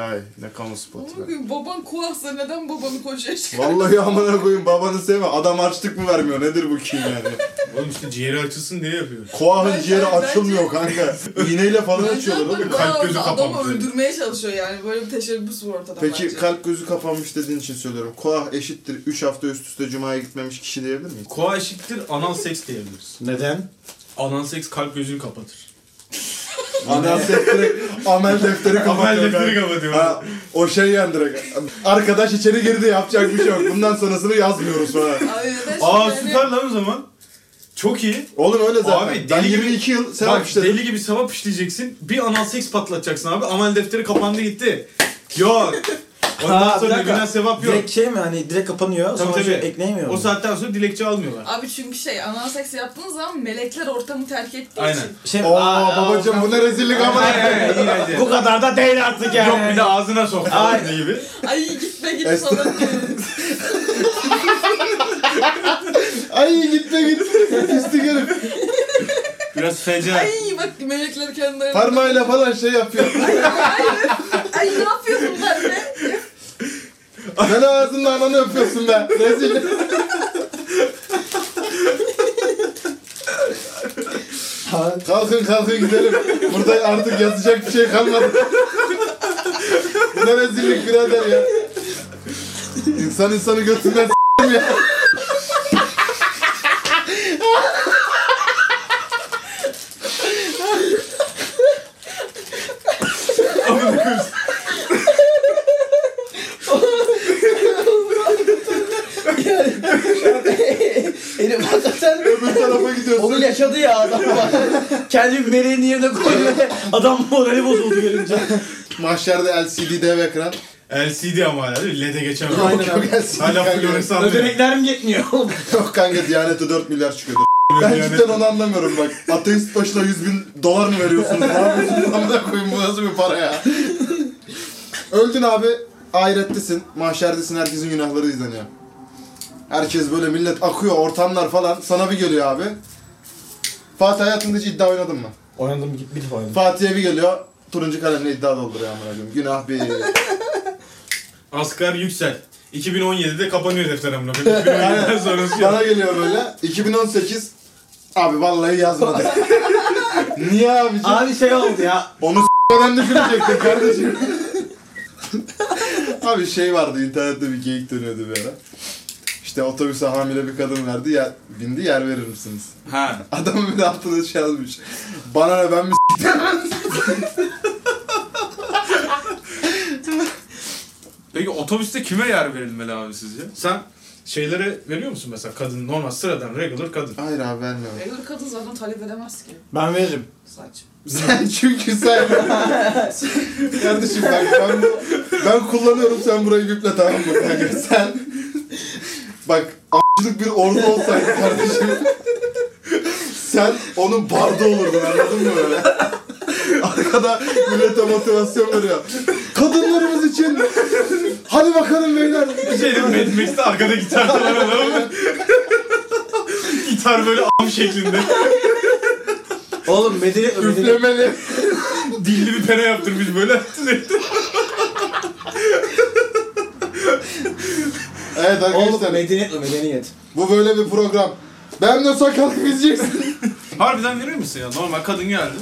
[SPEAKER 1] Ay ne kamu spotu be.
[SPEAKER 4] Bugün baban kuafsa neden babanı koşuyor işte?
[SPEAKER 1] Vallahi amına koyun babanı sevme. Adam açlık mı vermiyor? Nedir bu kim yani?
[SPEAKER 2] Oğlum işte ciğeri açılsın diye yapıyoruz.
[SPEAKER 1] Koahın
[SPEAKER 4] Ben-
[SPEAKER 1] ciğeri
[SPEAKER 4] ben-
[SPEAKER 1] açılmıyor kanka. İğneyle falan açıyorlar oğlum.
[SPEAKER 2] kalp
[SPEAKER 4] Bayağı
[SPEAKER 2] gözü
[SPEAKER 4] orada Adamı
[SPEAKER 2] kapamış.
[SPEAKER 4] öldürmeye çalışıyor yani. Böyle bir teşebbüs var ortada
[SPEAKER 1] Peki
[SPEAKER 4] bence.
[SPEAKER 1] kalp gözü kapanmış dediğin için söylüyorum. Koah eşittir 3 hafta üst üste cumaya gitmemiş kişi diyebilir miyiz?
[SPEAKER 2] Koa eşittir anal seks diyebiliriz.
[SPEAKER 6] Neden?
[SPEAKER 2] Anal seks kalp gözünü kapatır.
[SPEAKER 1] Ana defteri, amel defteri
[SPEAKER 2] Amel
[SPEAKER 1] kapatıyor.
[SPEAKER 2] defteri
[SPEAKER 1] kanka.
[SPEAKER 2] kapatıyor.
[SPEAKER 1] Ha, o şey yani direkt. Arkadaş içeri girdi yapacak bir şey yok. Bundan sonrasını yazmıyoruz falan.
[SPEAKER 4] Abi neden
[SPEAKER 2] Aa
[SPEAKER 4] şimdi
[SPEAKER 2] süper lan o zaman. Çok iyi.
[SPEAKER 1] Oğlum öyle zaten.
[SPEAKER 2] Abi,
[SPEAKER 1] ben
[SPEAKER 2] deli gibi-
[SPEAKER 1] 22 yıl sevap
[SPEAKER 2] Bak
[SPEAKER 1] işledim.
[SPEAKER 2] deli gibi sevap işleyeceksin. Bir anal seks patlatacaksın abi. Amel defteri kapandı gitti. Yok. Ondan
[SPEAKER 6] Ha, bir
[SPEAKER 2] sonra
[SPEAKER 6] dakika.
[SPEAKER 2] günah sevap yok.
[SPEAKER 6] Direkt şey mi hani direkt kapanıyor
[SPEAKER 2] Tabii
[SPEAKER 6] sonra şey
[SPEAKER 2] tabii.
[SPEAKER 6] ekleyemiyor
[SPEAKER 2] O
[SPEAKER 6] mu?
[SPEAKER 2] saatten sonra dilekçe almıyorlar.
[SPEAKER 4] Abi çünkü şey anal seks yaptığınız zaman melekler ortamı terk ettiği
[SPEAKER 2] Aynen.
[SPEAKER 4] için.
[SPEAKER 6] Şey,
[SPEAKER 1] Oo
[SPEAKER 6] Aa,
[SPEAKER 1] babacım bu ne rezillik ama.
[SPEAKER 6] Bu kadar da değil artık yani.
[SPEAKER 2] Yok bir de ağzına sok falan gibi.
[SPEAKER 4] Ay gitme git
[SPEAKER 1] Esra-
[SPEAKER 4] falan diyor.
[SPEAKER 1] Ay gitme gitme. Pislik herif.
[SPEAKER 2] Biraz feci.
[SPEAKER 4] Ay bak melekler kendilerine.
[SPEAKER 1] Parmağıyla falan şey yapıyor.
[SPEAKER 4] Ay ne yapıyorsun ben de?
[SPEAKER 1] Sen ağzınla ananı öpüyorsun be. Rezil. kalkın kalkın gidelim. Burada artık yatacak bir şey kalmadı. Bu ne rezillik birader ya. İnsan insanı götünden s**tim ya.
[SPEAKER 6] Elif hakikaten
[SPEAKER 1] Öbür tarafa gidiyorsun.
[SPEAKER 6] onu yaşadı ya adam. Kendi meleğini yerine koydu. Adam morali bozuldu görünce.
[SPEAKER 1] Mahşerde LCD dev ekran.
[SPEAKER 2] LCD ama hala değil mi? LED'e geçemez.
[SPEAKER 6] Aynen.
[SPEAKER 1] Yok LCD
[SPEAKER 2] Hala
[SPEAKER 1] kanka.
[SPEAKER 2] floresan diyor.
[SPEAKER 6] Ödenekler mi yetmiyor?
[SPEAKER 1] Yok kanka Diyanet'e 4 milyar çıkıyordu. Ben cidden onu anlamıyorum bak. Ateist başına 100 bin dolar mı veriyorsunuz? Ne yapıyorsunuz? Amına koyayım bu nasıl bir para ya? Öldün abi. Ahirettesin. Mahşerdesin. Herkesin günahları izleniyor. Herkes böyle millet akıyor. Ortamlar falan. Sana bir geliyor abi. Fatih hayatında hiç iddia oynadın mı?
[SPEAKER 6] Oynadım gibi bir defa oynadım.
[SPEAKER 1] Fatih'e bir geliyor. Turuncu kalemle iddia dolduruyor amına koyayım. Günah bir.
[SPEAKER 2] Asgar Yüksel. 2017'de kapanıyor defter amına. koyayım. 2017'den sonrası yok.
[SPEAKER 1] Bana geliyor böyle. 2018. Abi vallahi yazmadı. Niye abiciğim?
[SPEAKER 6] Abi şey oldu ya.
[SPEAKER 1] Onu s**madan düşünecektin kardeşim. Abi şey vardı internette bir geyik dönüyordu bir ara. İşte otobüse hamile bir kadın verdi ya bindi yer verir misiniz?
[SPEAKER 8] Ha.
[SPEAKER 1] Adamın bir de altına şey yazmış. Bana ne ben mi
[SPEAKER 8] Peki otobüste kime yer verilmeli abi sizce?
[SPEAKER 2] Sen şeylere veriyor musun mesela kadın normal sıradan regular kadın.
[SPEAKER 1] s- Hayır abi vermiyorum.
[SPEAKER 4] Öyle E, kadın zaten talep edemez ki.
[SPEAKER 6] Ben veririm.
[SPEAKER 4] Saçma.
[SPEAKER 1] Sen çünkü sen... Kardeşim bak ben, bu- ben kullanıyorum sen burayı biple tamam mı kanka? Sen... Bak a**lık bir ordu olsaydı kardeşim... Sen onun barda olurdun anladın mı böyle? Arkada millete motivasyon veriyor. Kadınlarımız için hadi bakalım beyler.
[SPEAKER 2] Bir şey dedim Mad Max'te arkada gitar da var ama. gitar böyle am şeklinde.
[SPEAKER 6] Oğlum medeni... medeni-
[SPEAKER 1] Üflemeli.
[SPEAKER 2] Dilli bir pere yaptırmış böyle.
[SPEAKER 1] Evet arkadaşlar
[SPEAKER 6] Oğlum medeniyet o medeniyet.
[SPEAKER 1] bu böyle bir program. Ben de olsa kalkıp izleyeceksin.
[SPEAKER 2] Harbiden verir misin ya? Normal kadın geldi.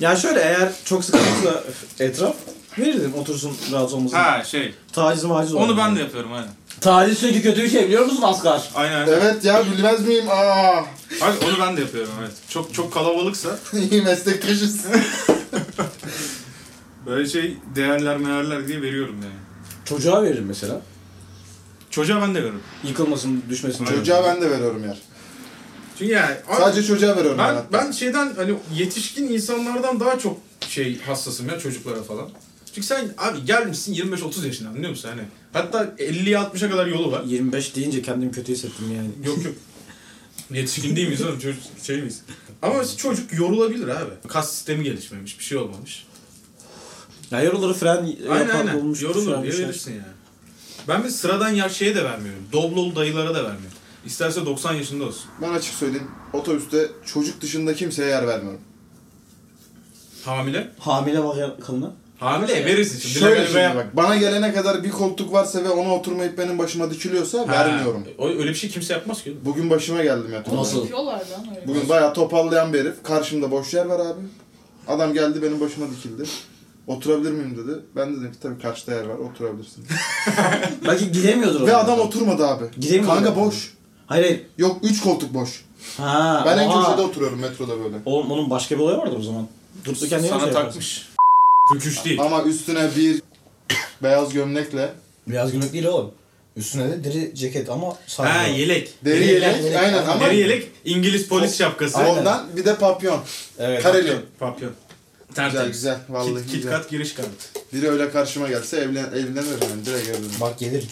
[SPEAKER 6] Ya şöyle eğer çok sıkıntıysa etraf verirdim otursun rahatsız olmasın.
[SPEAKER 2] Ha şey.
[SPEAKER 6] Taciz maciz olur.
[SPEAKER 2] Onu ben de yapıyorum aynen.
[SPEAKER 9] Taciz çünkü kötü bir şey biliyor musun Asgar?
[SPEAKER 2] Aynen. aynen.
[SPEAKER 1] evet ya bilmez miyim? Aa,
[SPEAKER 2] Hayır onu ben de yapıyorum evet. Çok çok kalabalıksa
[SPEAKER 1] iyi meslektaşız.
[SPEAKER 2] böyle şey değerler meğerler diye veriyorum yani.
[SPEAKER 9] Çocuğa veririm mesela.
[SPEAKER 2] Çocuğa ben de veririm.
[SPEAKER 9] Yıkılmasın, düşmesin.
[SPEAKER 1] çocuğa ben de veriyorum yer.
[SPEAKER 2] Çünkü yani abi,
[SPEAKER 1] Sadece çocuğa veriyorum ben,
[SPEAKER 2] ben
[SPEAKER 1] hatta.
[SPEAKER 2] ben şeyden hani yetişkin insanlardan daha çok şey hassasım ya çocuklara falan. Çünkü sen abi gelmişsin 25-30 yaşına anlıyor musun hani? Hatta 50'ye 60'a kadar yolu var.
[SPEAKER 6] 25 deyince kendimi kötü hissettim yani.
[SPEAKER 2] Yok yok. Yetişkin değil miyiz oğlum? Çocuk, şey miyiz? Ama çocuk yorulabilir abi. Kas sistemi gelişmemiş, bir şey olmamış.
[SPEAKER 6] Ya yorulur fren
[SPEAKER 2] Aynen
[SPEAKER 6] yapar
[SPEAKER 2] aynen.
[SPEAKER 6] bulmuş.
[SPEAKER 2] Yorulur
[SPEAKER 6] fren
[SPEAKER 2] diye
[SPEAKER 1] şey.
[SPEAKER 6] düşer.
[SPEAKER 2] verirsin yani. Ben bir sıradan yer şeye de vermiyorum. Doblolu dayılara da vermiyorum. İsterse 90 yaşında olsun.
[SPEAKER 1] Ben açık söyleyeyim. Otobüste çocuk dışında kimseye yer vermiyorum.
[SPEAKER 2] Hamile.
[SPEAKER 6] Hamile bak ya kalına.
[SPEAKER 2] Hamile verirsin şimdi.
[SPEAKER 1] Şöyle
[SPEAKER 2] Dileme-
[SPEAKER 1] şimdi bak. Bana gelene kadar bir koltuk varsa ve ona oturmayıp benim başıma dikiliyorsa
[SPEAKER 2] Ha,
[SPEAKER 1] vermiyorum.
[SPEAKER 2] o- Öyle bir şey kimse yapmaz ki. oğlum.
[SPEAKER 1] Bugün başıma geldim ya. topal.
[SPEAKER 9] Nasıl?
[SPEAKER 4] Yapıyorlar lan öyle.
[SPEAKER 1] Bugün bayağı topallayan bir herif. Karşımda boş yer var abi. Adam geldi benim başıma dikildi. Oturabilir miyim dedi. Ben dedim ki tabii karşıda yer var oturabilirsin.
[SPEAKER 6] Belki gidemiyordur.
[SPEAKER 1] Ve
[SPEAKER 6] oraya.
[SPEAKER 1] adam oturmadı abi.
[SPEAKER 6] Gidemiyor
[SPEAKER 1] Kanka
[SPEAKER 6] yani.
[SPEAKER 1] boş.
[SPEAKER 6] Hayır hayır.
[SPEAKER 1] Yok 3 koltuk boş.
[SPEAKER 6] Ha.
[SPEAKER 1] Ben en
[SPEAKER 6] oha.
[SPEAKER 1] köşede oturuyorum metroda böyle.
[SPEAKER 6] Oğlum onun başka bir olayı vardır o zaman. Durup dururken niye bir
[SPEAKER 2] Sana
[SPEAKER 6] şey yaparsın?
[SPEAKER 2] takmış. Hüküş değil.
[SPEAKER 1] Ama üstüne bir beyaz gömlekle
[SPEAKER 6] Biraz günlük değil oğlum. Üstüne de deri ceket ama sadece.
[SPEAKER 2] Ha yelek.
[SPEAKER 1] deri
[SPEAKER 6] Deri
[SPEAKER 1] yelek.
[SPEAKER 6] yelek.
[SPEAKER 1] Aynen ama
[SPEAKER 2] Deri yelek İngiliz polis şapkası.
[SPEAKER 1] ondan bir de papyon.
[SPEAKER 6] Evet.
[SPEAKER 1] Kareli.
[SPEAKER 2] Papyon.
[SPEAKER 1] Güzel
[SPEAKER 2] Tertemiz.
[SPEAKER 1] güzel vallahi
[SPEAKER 2] Kit, kit
[SPEAKER 1] güzel.
[SPEAKER 2] kat giriş kartı.
[SPEAKER 1] Biri öyle karşıma gelse evlen evlenirim yani direkt evlenirim.
[SPEAKER 6] Bak gelir.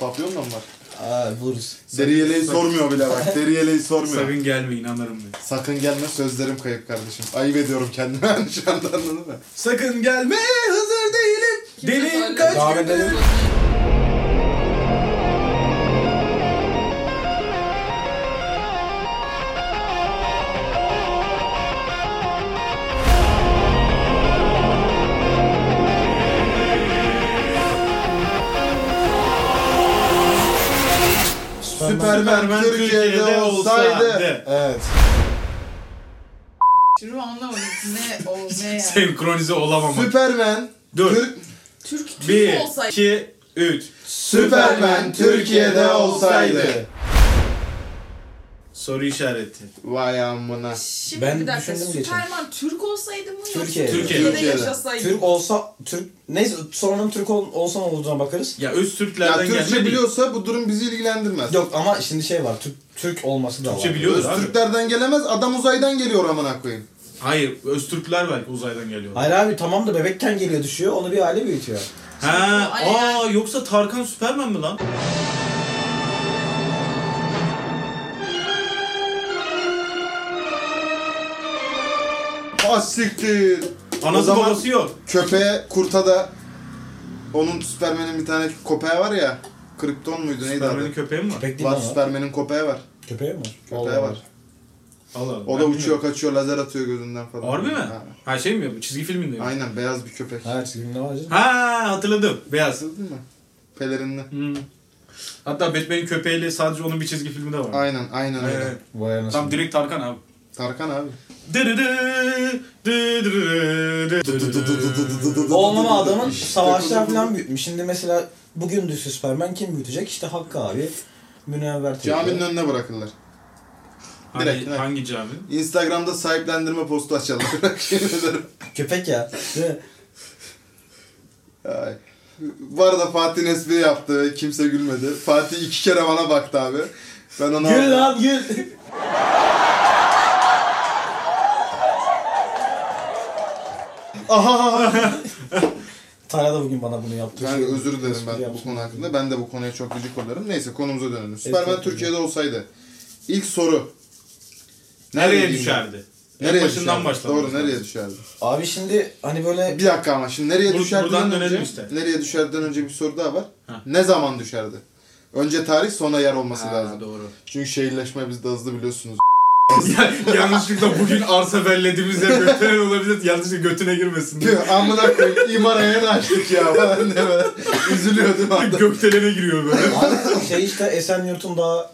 [SPEAKER 1] Papyon da mı var?
[SPEAKER 6] Aa, buluruz.
[SPEAKER 1] Deri yeleği sormuyor bile bak. Deri yeleği sormuyor.
[SPEAKER 2] Sakın gelme inanırım ben.
[SPEAKER 1] Sakın gelme sözlerim kayıp kardeşim. Ayıp ediyorum kendime yani şu anda anladın mı?
[SPEAKER 2] Sakın gelme hazır değilim. Deliyim kaç
[SPEAKER 6] Devam
[SPEAKER 2] gündür.
[SPEAKER 6] edelim.
[SPEAKER 1] Süpermen Türkiye'de olsaydı. Ee, Evet.
[SPEAKER 4] Şunu anlamadım. Ne o ne
[SPEAKER 2] Şey,
[SPEAKER 4] yani.
[SPEAKER 2] Senkronize olamamak.
[SPEAKER 1] Süpermen.
[SPEAKER 2] Dur.
[SPEAKER 1] Türk
[SPEAKER 4] Türk, Türk
[SPEAKER 2] Bir,
[SPEAKER 4] olsaydı.
[SPEAKER 2] iki, üç.
[SPEAKER 1] Süpermen Türkiye'de olsaydı.
[SPEAKER 2] Soru işareti.
[SPEAKER 1] Vay amına.
[SPEAKER 2] şey,
[SPEAKER 4] Şimdi
[SPEAKER 6] Ben
[SPEAKER 4] bir dakika.
[SPEAKER 6] düşündüm geçen.
[SPEAKER 4] Süperman Türk olsaydı mı? yoksa
[SPEAKER 6] Türkiye'de.
[SPEAKER 4] Türkiye'de,
[SPEAKER 1] Türkiye'de.
[SPEAKER 4] yaşasaydı.
[SPEAKER 6] Türk olsa Türk neyse sonradan Türk ol, olsa ne olacağına bakarız.
[SPEAKER 2] Ya öz
[SPEAKER 1] Ya
[SPEAKER 2] Türklerden gelme
[SPEAKER 1] Türkçe
[SPEAKER 2] değil.
[SPEAKER 1] biliyorsa bu durum bizi ilgilendirmez.
[SPEAKER 6] Yok ama şimdi şey var. Türk Türk olması da
[SPEAKER 2] Türkçe
[SPEAKER 6] var.
[SPEAKER 2] biliyoruz abi.
[SPEAKER 1] Türklerden gelemez adam uzaydan geliyor amına koyayım.
[SPEAKER 2] Hayır, öz Türkler belki uzaydan geliyor.
[SPEAKER 6] Hayır abi tamam da bebekken geliyor düşüyor. Onu bir aile büyütüyor.
[SPEAKER 2] Ha,
[SPEAKER 4] Aynen.
[SPEAKER 2] aa yoksa Tarkan Süpermen mi lan?
[SPEAKER 1] Ha siktir.
[SPEAKER 2] Anası
[SPEAKER 1] zaman-
[SPEAKER 2] babası yok.
[SPEAKER 1] Köpeğe kurta da onun Süpermen'in bir tane köpeği var ya. Krypton muydu neydi
[SPEAKER 2] Süpermen'in
[SPEAKER 1] adı?
[SPEAKER 2] köpeği mi var?
[SPEAKER 6] Köpek değil
[SPEAKER 1] Var
[SPEAKER 6] mi ama?
[SPEAKER 1] Süpermen'in köpeği var.
[SPEAKER 6] Köpeği mi?
[SPEAKER 1] Köpeği
[SPEAKER 6] Allah
[SPEAKER 1] var.
[SPEAKER 2] Allah Allah.
[SPEAKER 1] O da
[SPEAKER 2] ben
[SPEAKER 1] uçuyor, kaçıyor, lazer atıyor gözünden falan.
[SPEAKER 2] bilmiyorum. Harbi mi?
[SPEAKER 1] Ha.
[SPEAKER 2] Ha. şey mi bu? Çizgi filminde mi?
[SPEAKER 1] Aynen beyaz bir köpek.
[SPEAKER 6] Allah. Evet filmde var canım.
[SPEAKER 2] Ha hatırladım. Beyaz.
[SPEAKER 1] Hatırladın mı? Pelerinli.
[SPEAKER 2] Hmm. Hatta Batman'in köpeğiyle sadece onun bir çizgi filmi de var.
[SPEAKER 1] Aynen, aynen öyle.
[SPEAKER 2] Evet.
[SPEAKER 6] Vay anasını.
[SPEAKER 2] Tam direkt Tarkan abi.
[SPEAKER 1] Tarkan abi.
[SPEAKER 6] Olmama adamın savaşlar falan büyütmüş. Şimdi mesela bugün düşse Superman kim büyütecek? İşte Hakkı abi. Münevver teyze.
[SPEAKER 1] Caminin önüne bırakırlar.
[SPEAKER 2] Hangi,
[SPEAKER 1] Direkt, evet.
[SPEAKER 2] hangi cami?
[SPEAKER 1] Instagram'da sahiplendirme postu açalım. Yemin ederim.
[SPEAKER 6] Köpek ya. Değil mi?
[SPEAKER 1] Ay. Bu arada Fatih'in espri yaptı ve kimse gülmedi. Fatih iki kere bana baktı abi. Ben ona...
[SPEAKER 6] gül lan gül.
[SPEAKER 1] Aha!
[SPEAKER 6] Tara da bugün bana bunu yaptı.
[SPEAKER 1] Yani
[SPEAKER 6] Şey,
[SPEAKER 1] özür dilerim
[SPEAKER 6] espri
[SPEAKER 1] ben bu
[SPEAKER 6] yaptı.
[SPEAKER 1] konu hakkında. Ben de bu konuya çok gıcık oluyorum. Neyse konumuza dönelim. Süpermen
[SPEAKER 6] Estağfurullah.
[SPEAKER 1] Türkiye'de olsaydı. İlk soru.
[SPEAKER 2] Nereye
[SPEAKER 1] gideyim?
[SPEAKER 2] düşerdi?
[SPEAKER 1] Nereye
[SPEAKER 2] en başından
[SPEAKER 1] düşerdi?
[SPEAKER 2] başlamak
[SPEAKER 1] Doğru
[SPEAKER 2] lazım.
[SPEAKER 1] nereye düşerdi?
[SPEAKER 6] Abi şimdi hani böyle
[SPEAKER 1] Bir dakika ama şimdi nereye
[SPEAKER 2] Bur-
[SPEAKER 1] düşerden
[SPEAKER 2] buradan
[SPEAKER 1] önce
[SPEAKER 2] dönelim işte.
[SPEAKER 1] nereye düşerden önce bir soru daha var.
[SPEAKER 2] Ha.
[SPEAKER 1] Ne zaman düşerdi? Önce tarih sonra yer olması lazım.
[SPEAKER 2] Ha, doğru.
[SPEAKER 1] Çünkü şehirleşme bizde hızlı biliyorsunuz.
[SPEAKER 2] Yanlışlıkla bugün arsa bellediğimizde götüren olabilir. Yanlışlıkla götüne girmesin diye.
[SPEAKER 1] Diyor amına koyayım imaraya ne açtık ya falan diye böyle üzülüyordum hatta.
[SPEAKER 2] Gökdelene giriyor böyle.
[SPEAKER 6] Abi şey işte Esenyurt'un daha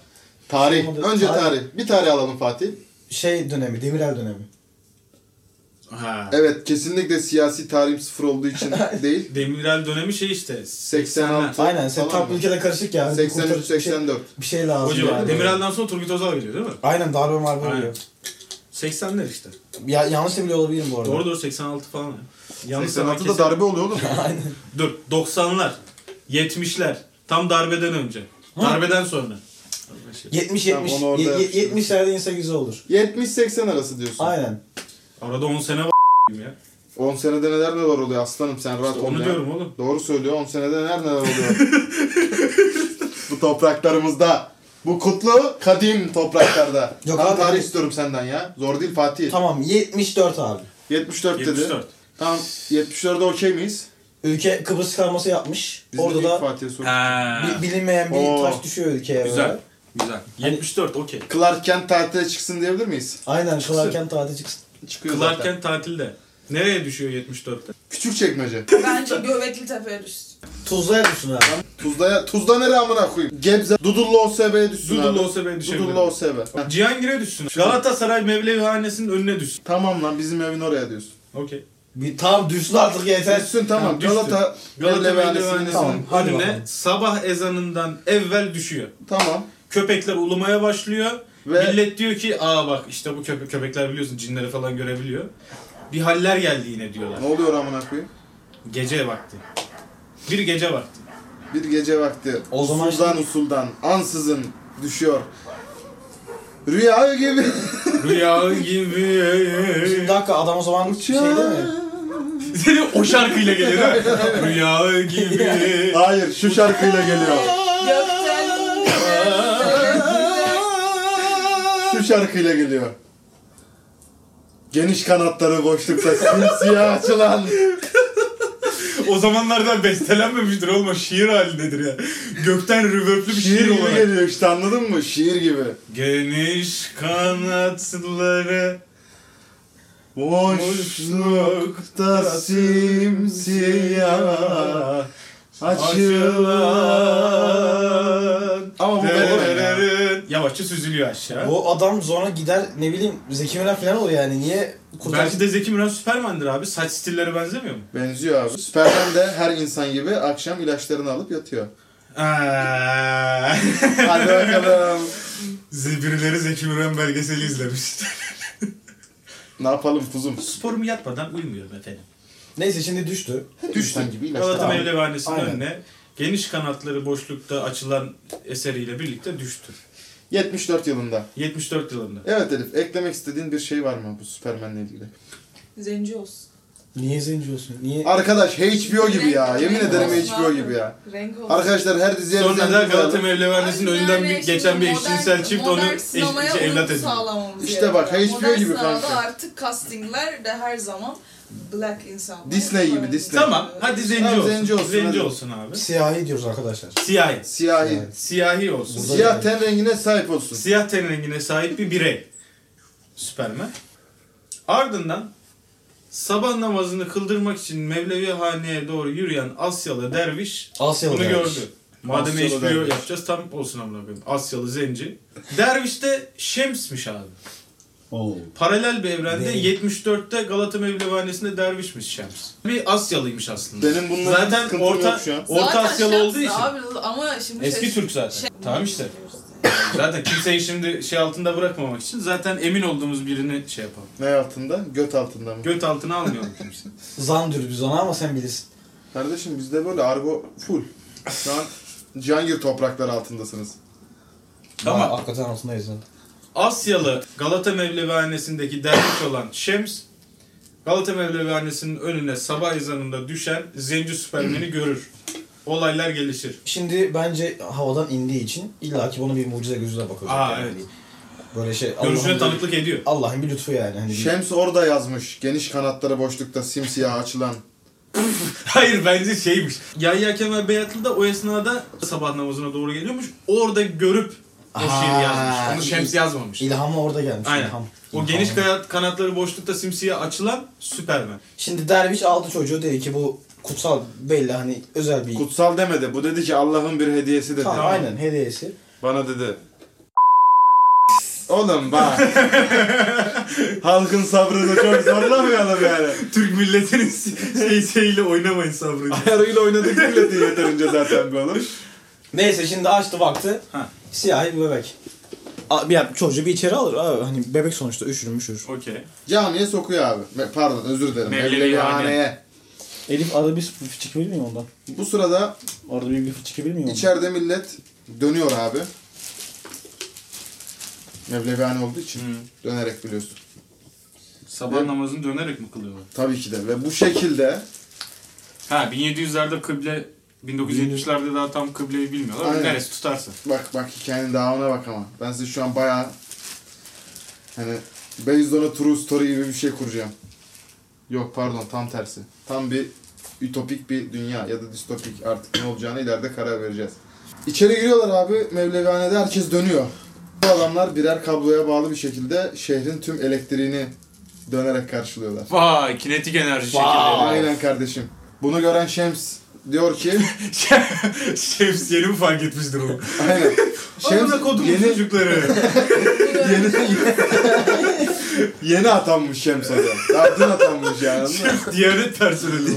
[SPEAKER 1] Tarih.
[SPEAKER 6] Olmadı.
[SPEAKER 1] Önce
[SPEAKER 6] Tarih.
[SPEAKER 1] tarih. Bir tarih alalım Fatih.
[SPEAKER 6] Şey dönemi, Demirel dönemi.
[SPEAKER 2] Ha.
[SPEAKER 1] Evet kesinlikle siyasi tarihim sıfır olduğu için değil.
[SPEAKER 2] Demirel dönemi şey işte.
[SPEAKER 1] 86
[SPEAKER 6] Aynen. Sen
[SPEAKER 1] falan
[SPEAKER 6] tam
[SPEAKER 1] mı?
[SPEAKER 6] ülkede karışık ya. bir kurtarıcı
[SPEAKER 1] 83
[SPEAKER 6] bir şey-
[SPEAKER 1] 84.
[SPEAKER 6] Bir şey lazım.
[SPEAKER 2] O civar.
[SPEAKER 6] yani.
[SPEAKER 2] Demirel'den sonra Turgut Özal geliyor değil mi?
[SPEAKER 6] Aynen darbe marbe
[SPEAKER 2] Aynen.
[SPEAKER 6] oluyor.
[SPEAKER 2] 80'ler işte.
[SPEAKER 6] Ya, yanlış da bile olabilirim bu arada.
[SPEAKER 2] Doğru doğru 86 falan. ya. Yanlış zaman
[SPEAKER 1] 86'da
[SPEAKER 2] kesin.
[SPEAKER 1] darbe oluyor oğlum.
[SPEAKER 2] Dur 90'lar, 70'ler. Tam darbeden önce. Darbeden sonra.
[SPEAKER 6] 70
[SPEAKER 1] Tamam,
[SPEAKER 6] 70
[SPEAKER 1] onu orada
[SPEAKER 6] ye- ye-
[SPEAKER 1] yapıştırdım.
[SPEAKER 6] 70'lerde insan güzel olur.
[SPEAKER 1] 70-80 arası diyorsun.
[SPEAKER 6] Aynen.
[SPEAKER 2] Arada 10 sene var ya.
[SPEAKER 1] 10 senede neler neler oluyor aslanım sen rahat ol
[SPEAKER 2] Onu
[SPEAKER 1] ya.
[SPEAKER 2] diyorum oğlum.
[SPEAKER 1] Doğru söylüyor 10 senede neler neler oluyor. bu topraklarımızda. Bu kutlu kadim topraklarda.
[SPEAKER 6] Yok
[SPEAKER 1] Tam
[SPEAKER 6] abi,
[SPEAKER 1] tarih
[SPEAKER 6] evet.
[SPEAKER 1] istiyorum senden ya. Zor değil Fatih.
[SPEAKER 6] Tamam 74 abi.
[SPEAKER 1] 74 dedi.
[SPEAKER 2] 74.
[SPEAKER 1] Tamam 74'de okey miyiz?
[SPEAKER 6] Ülke Kıbrıs karması yapmış.
[SPEAKER 1] Biz
[SPEAKER 6] Orada
[SPEAKER 1] de ilk
[SPEAKER 6] da
[SPEAKER 1] Fatih'e sor.
[SPEAKER 2] Ha.
[SPEAKER 6] bi- bilinmeyen bir
[SPEAKER 1] Oo.
[SPEAKER 6] taş düşüyor ülkeye
[SPEAKER 2] Güzel.
[SPEAKER 6] böyle.
[SPEAKER 2] Güzel.
[SPEAKER 6] Hani-
[SPEAKER 2] 74 okey.
[SPEAKER 1] Clark Kent tatile çıksın diyebilir miyiz?
[SPEAKER 6] Aynen kılarken tatile çıksın.
[SPEAKER 1] Çıkıyor
[SPEAKER 2] Clark
[SPEAKER 1] zaten.
[SPEAKER 2] Kent tatilde. Nereye düşüyor 74'te?
[SPEAKER 1] Küçük çekmece.
[SPEAKER 4] Bence Göbekli Tepe'ye düşsün.
[SPEAKER 6] Tuzla'ya düşsün abi.
[SPEAKER 1] Tuzla'ya, Tuzla nereye amına koyayım? Gebze, Dudullu OSB'ye düşsün
[SPEAKER 2] Dudullu
[SPEAKER 1] abi.
[SPEAKER 2] olsa ben düşebilirim.
[SPEAKER 1] Dudullu OSB. Heh,
[SPEAKER 2] Cihangir'e düşsün. Galatasaray Mevlevihanesi'nin önüne düşsün.
[SPEAKER 1] Tamam lan bizim evin oraya diyorsun.
[SPEAKER 2] Okey.
[SPEAKER 6] Bir, tamam düşsün artık yeter.
[SPEAKER 1] Düşsün tamam.
[SPEAKER 2] Tamam, düştü.
[SPEAKER 1] Galata,
[SPEAKER 2] Galata
[SPEAKER 1] Mevlevihanesi'nin
[SPEAKER 2] Mevlevihanesi'nin
[SPEAKER 6] Tamam, hadi
[SPEAKER 2] önüne
[SPEAKER 6] bakalım.
[SPEAKER 2] sabah ezanından evvel düşüyor.
[SPEAKER 1] Tamam.
[SPEAKER 2] Köpekler ulumaya başlıyor.
[SPEAKER 1] Ve-
[SPEAKER 2] Millet diyor ki aa bak işte bu köpe köpekler biliyorsun cinleri falan görebiliyor. Bir haller geldi yine diyorlar.
[SPEAKER 1] Ne oluyor amına koyayım?
[SPEAKER 2] Gece vakti. Bir gece vakti.
[SPEAKER 1] Bir gece vakti.
[SPEAKER 6] O zaman
[SPEAKER 1] usuldan usuldan, ansızın düşüyor. Rüya gibi.
[SPEAKER 2] Rüya gibi.
[SPEAKER 6] Şimdi bir dakika adam o zaman şey değil mi?
[SPEAKER 2] Senin o şarkıyla geliyor değil mi? Rüya gibi.
[SPEAKER 1] Hayır, şu şarkıyla geliyor.
[SPEAKER 4] Gökten
[SPEAKER 1] Şu şarkıyla geliyor. Geniş kanatları boşlukta simsiyah açılan.
[SPEAKER 2] o zamanlardan bestelenmemiştir oğlum. o Şiir halindedir ya. Gökten rüvöplü bir şey şiir,
[SPEAKER 1] Şiir gibi
[SPEAKER 2] olarak.
[SPEAKER 1] geliyor işte anladın mı? Şiir gibi.
[SPEAKER 2] Geniş kanatları
[SPEAKER 1] Boşlukta simsiyah açılan.
[SPEAKER 2] açılan.
[SPEAKER 1] Ama bu benim ya.
[SPEAKER 2] Yavaşça süzülüyor aşağı.
[SPEAKER 6] Bu adam sonra gider ne bileyim Zeki Müren falan olur yani. Niye kurtar...
[SPEAKER 2] Belki de Zeki Müren Süpermen'dir abi. Saç stilleri benzemiyor mu?
[SPEAKER 1] Benziyor abi. Süpermen de her insan gibi akşam ilaçlarını alıp yatıyor.
[SPEAKER 2] Aa.
[SPEAKER 1] Hadi bakalım.
[SPEAKER 2] Birileri Zeki Müren belgeseli izlemiş.
[SPEAKER 1] ne yapalım kuzum?
[SPEAKER 2] Sporumu yatmadan uyumuyorum efendim.
[SPEAKER 6] Neyse şimdi düştü.
[SPEAKER 1] Düştün gibi ilaçlar.
[SPEAKER 2] Galata
[SPEAKER 1] al.
[SPEAKER 2] Mevlevihanesi'nin
[SPEAKER 6] Aynen.
[SPEAKER 2] önüne geniş kanatları boşlukta açılan eseriyle birlikte düştü.
[SPEAKER 1] 74 yılında.
[SPEAKER 2] 74 yılında.
[SPEAKER 1] Evet Elif, eklemek istediğin bir şey var mı bu Süpermen'le ilgili?
[SPEAKER 4] zenci olsun.
[SPEAKER 6] Niye zenci olsun? Niye?
[SPEAKER 1] Arkadaş HBO gibi ya.
[SPEAKER 4] Renk-
[SPEAKER 1] Yemin
[SPEAKER 4] renk
[SPEAKER 1] ederim
[SPEAKER 4] olsun
[SPEAKER 1] HBO
[SPEAKER 4] abi.
[SPEAKER 1] gibi ya.
[SPEAKER 4] Renk olsun.
[SPEAKER 1] Arkadaşlar her diziye
[SPEAKER 2] Sonra
[SPEAKER 1] dizi
[SPEAKER 2] da
[SPEAKER 1] alalım.
[SPEAKER 2] Galata Mevlevihanesi'nin
[SPEAKER 4] Aynen
[SPEAKER 2] önünden
[SPEAKER 4] öyle
[SPEAKER 2] bir,
[SPEAKER 4] şimdi
[SPEAKER 2] geçen bir
[SPEAKER 4] modern-
[SPEAKER 2] eşcinsel çift onu
[SPEAKER 4] modern
[SPEAKER 2] eş,
[SPEAKER 4] sinemaya
[SPEAKER 2] şey, evlat
[SPEAKER 4] uyum
[SPEAKER 2] edindi.
[SPEAKER 4] sağlamamız
[SPEAKER 1] İşte
[SPEAKER 4] gerekiyor.
[SPEAKER 1] bak, HBO
[SPEAKER 4] Modern
[SPEAKER 1] gibi
[SPEAKER 4] sinemada
[SPEAKER 1] kanka.
[SPEAKER 4] artık castingler de her zaman black insanlar.
[SPEAKER 1] Disney gibi, Disney.
[SPEAKER 2] Tamam hadi zenci
[SPEAKER 1] Tamam,
[SPEAKER 2] olsun.
[SPEAKER 1] zenci
[SPEAKER 2] Zenci
[SPEAKER 1] olsun,
[SPEAKER 2] olsun,
[SPEAKER 1] hadi.
[SPEAKER 2] abi.
[SPEAKER 6] Siyahi diyoruz arkadaşlar.
[SPEAKER 2] Siyahi.
[SPEAKER 1] Siyahi.
[SPEAKER 6] Evet.
[SPEAKER 2] Siyahi olsun.
[SPEAKER 6] Burada-
[SPEAKER 1] Siyah ten rengine sahip olsun.
[SPEAKER 2] Siyah ten rengine sahip bir birey. Süpermen. Ardından sabah namazını kıldırmak için Mevlevi haneye doğru yürüyen Asyalı derviş
[SPEAKER 6] Asyalı
[SPEAKER 2] bunu
[SPEAKER 6] derviş.
[SPEAKER 2] gördü. Madem
[SPEAKER 1] Asyalı
[SPEAKER 2] HBO
[SPEAKER 1] derviş.
[SPEAKER 2] yapacağız tam olsun amına koyayım. Asyalı zenci. Derviş de Şems'miş abi.
[SPEAKER 6] Oo.
[SPEAKER 2] Paralel bir evrende
[SPEAKER 6] Değil.
[SPEAKER 2] 74'te Galata Mevlevihanesi'nde dervişmiş Şems. Bir Asyalıymış aslında.
[SPEAKER 1] Benim bununla hiç
[SPEAKER 2] zaten
[SPEAKER 1] sıkıntım
[SPEAKER 2] orta
[SPEAKER 1] yok şu an.
[SPEAKER 2] Orta
[SPEAKER 4] Zaten
[SPEAKER 2] Asyalı
[SPEAKER 4] şans
[SPEAKER 2] olduğu için.
[SPEAKER 4] Abi, ama şimdi
[SPEAKER 2] Eski
[SPEAKER 4] şey-
[SPEAKER 2] Türk zaten.
[SPEAKER 4] şey-
[SPEAKER 2] Tamam işte. Zaten kimseyi şimdi şey altında bırakmamak için zaten emin olduğumuz birini şey yapalım.
[SPEAKER 1] Ne altında? Göt altında mı?
[SPEAKER 2] Göt altına almayalım kimse.
[SPEAKER 6] Zan diyoruz biz ona ama sen bilirsin.
[SPEAKER 1] Kardeşim bizde böyle argo full. Şu an Cihangir toprakları altındasınız.
[SPEAKER 2] Tamam.
[SPEAKER 6] Aa, Hakikaten altındayız. ha.
[SPEAKER 2] Asyalı Galata Mevlevihanesi'ndeki derviş olan Şems Galata Mevlevihanesi'nin önüne sabah ezanında düşen Zenci Süpermen'i görür. Olaylar gelişir.
[SPEAKER 6] Şimdi bence havadan indiği için illaki bunu bir mucize gözüyle bakacak.
[SPEAKER 2] Aa,
[SPEAKER 6] yani.
[SPEAKER 2] evet.
[SPEAKER 6] Böyle şey
[SPEAKER 2] Görüşüne
[SPEAKER 6] Allah'ın-
[SPEAKER 2] tanıklık ediyor.
[SPEAKER 6] Allah'ın bir lütfu yani. Hani bir-
[SPEAKER 1] Şems orada yazmış. Geniş kanatları boşlukta simsiyah açılan.
[SPEAKER 2] Hayır bence şeymiş. Yahya Kemal Beyatlı da o esnada sabah namazına doğru geliyormuş. Orada görüp o şiiri
[SPEAKER 6] Aha.
[SPEAKER 2] yazmış. Onu Şems yazmamış.
[SPEAKER 6] İlhamı orada gelmiş.
[SPEAKER 2] Aynen.
[SPEAKER 6] ilham.
[SPEAKER 2] O
[SPEAKER 6] İlham.
[SPEAKER 2] geniş kanat, kanatları boşlukta simsiyah açılan Süpermen.
[SPEAKER 6] Şimdi derviş aldı çocuğu dedi ki bu kutsal belli hani özel bir...
[SPEAKER 1] Kutsal demedi. Bu dedi ki Allah'ın bir hediyesi dedi.
[SPEAKER 6] Tamam, aynen hediyesi.
[SPEAKER 1] Bana dedi. Oğlum bak. Halkın sabrını çok zorlamayalım yani.
[SPEAKER 2] Türk milletinin şey şeyiyle oynamayın sabrını.
[SPEAKER 1] Ayarıyla oynadık milleti yeterince zaten be oğlum.
[SPEAKER 6] Neyse şimdi açtı baktı.
[SPEAKER 2] Ha.
[SPEAKER 6] Siyahi bir bebek. A- bir- ya çocuğu bir içeri alır abi. Hani bebek sonuçta üşür müşür.
[SPEAKER 2] Okey.
[SPEAKER 1] Camiye sokuyor abi. Me- Pardon özür dilerim.
[SPEAKER 8] Mevlevihaneye.
[SPEAKER 1] Mevlevihaneye.
[SPEAKER 6] Elif arada bir fıf çekebilir miyim ondan?
[SPEAKER 1] Bu sırada
[SPEAKER 6] Arada bir fıf çekebilir miyim ondan?
[SPEAKER 1] içeride millet dönüyor abi. Mevlevihane olduğu için dönerek biliyorsun.
[SPEAKER 8] Sabah namazını dönerek mi kılıyorlar?
[SPEAKER 1] Tabii ki de ve bu şekilde
[SPEAKER 8] Ha 1700'lerde kıble 1970'lerde daha tam kıbleyi bilmiyorlar.
[SPEAKER 1] Aynen.
[SPEAKER 8] Neresi tutarsa.
[SPEAKER 1] bak bak hikayenin devamına bak ama. Ben size şu an bayağı hani based on a true story gibi bir şey kuracağım. Yok pardon tam tersi. Tam bir ütopik bir dünya ya da distopik artık ne olacağını ileride karar vereceğiz. İçeri giriyorlar abi Mevlevihane'de herkes dönüyor. Bu adamlar birer kabloya bağlı bir şekilde şehrin tüm elektriğini dönerek karşılıyorlar.
[SPEAKER 8] Vay kinetik enerji şekilleri.
[SPEAKER 1] Aynen kardeşim. Bunu gören Şems diyor ki
[SPEAKER 2] Şems yeni mi fark etmiştir o?
[SPEAKER 1] aynen. Şems
[SPEAKER 2] Amına kodumun
[SPEAKER 1] yeni
[SPEAKER 2] çocukları.
[SPEAKER 1] yeni yeni atanmış Şems adam. Daha dün atanmış yani. anladın mı?
[SPEAKER 2] Diyanet personeli.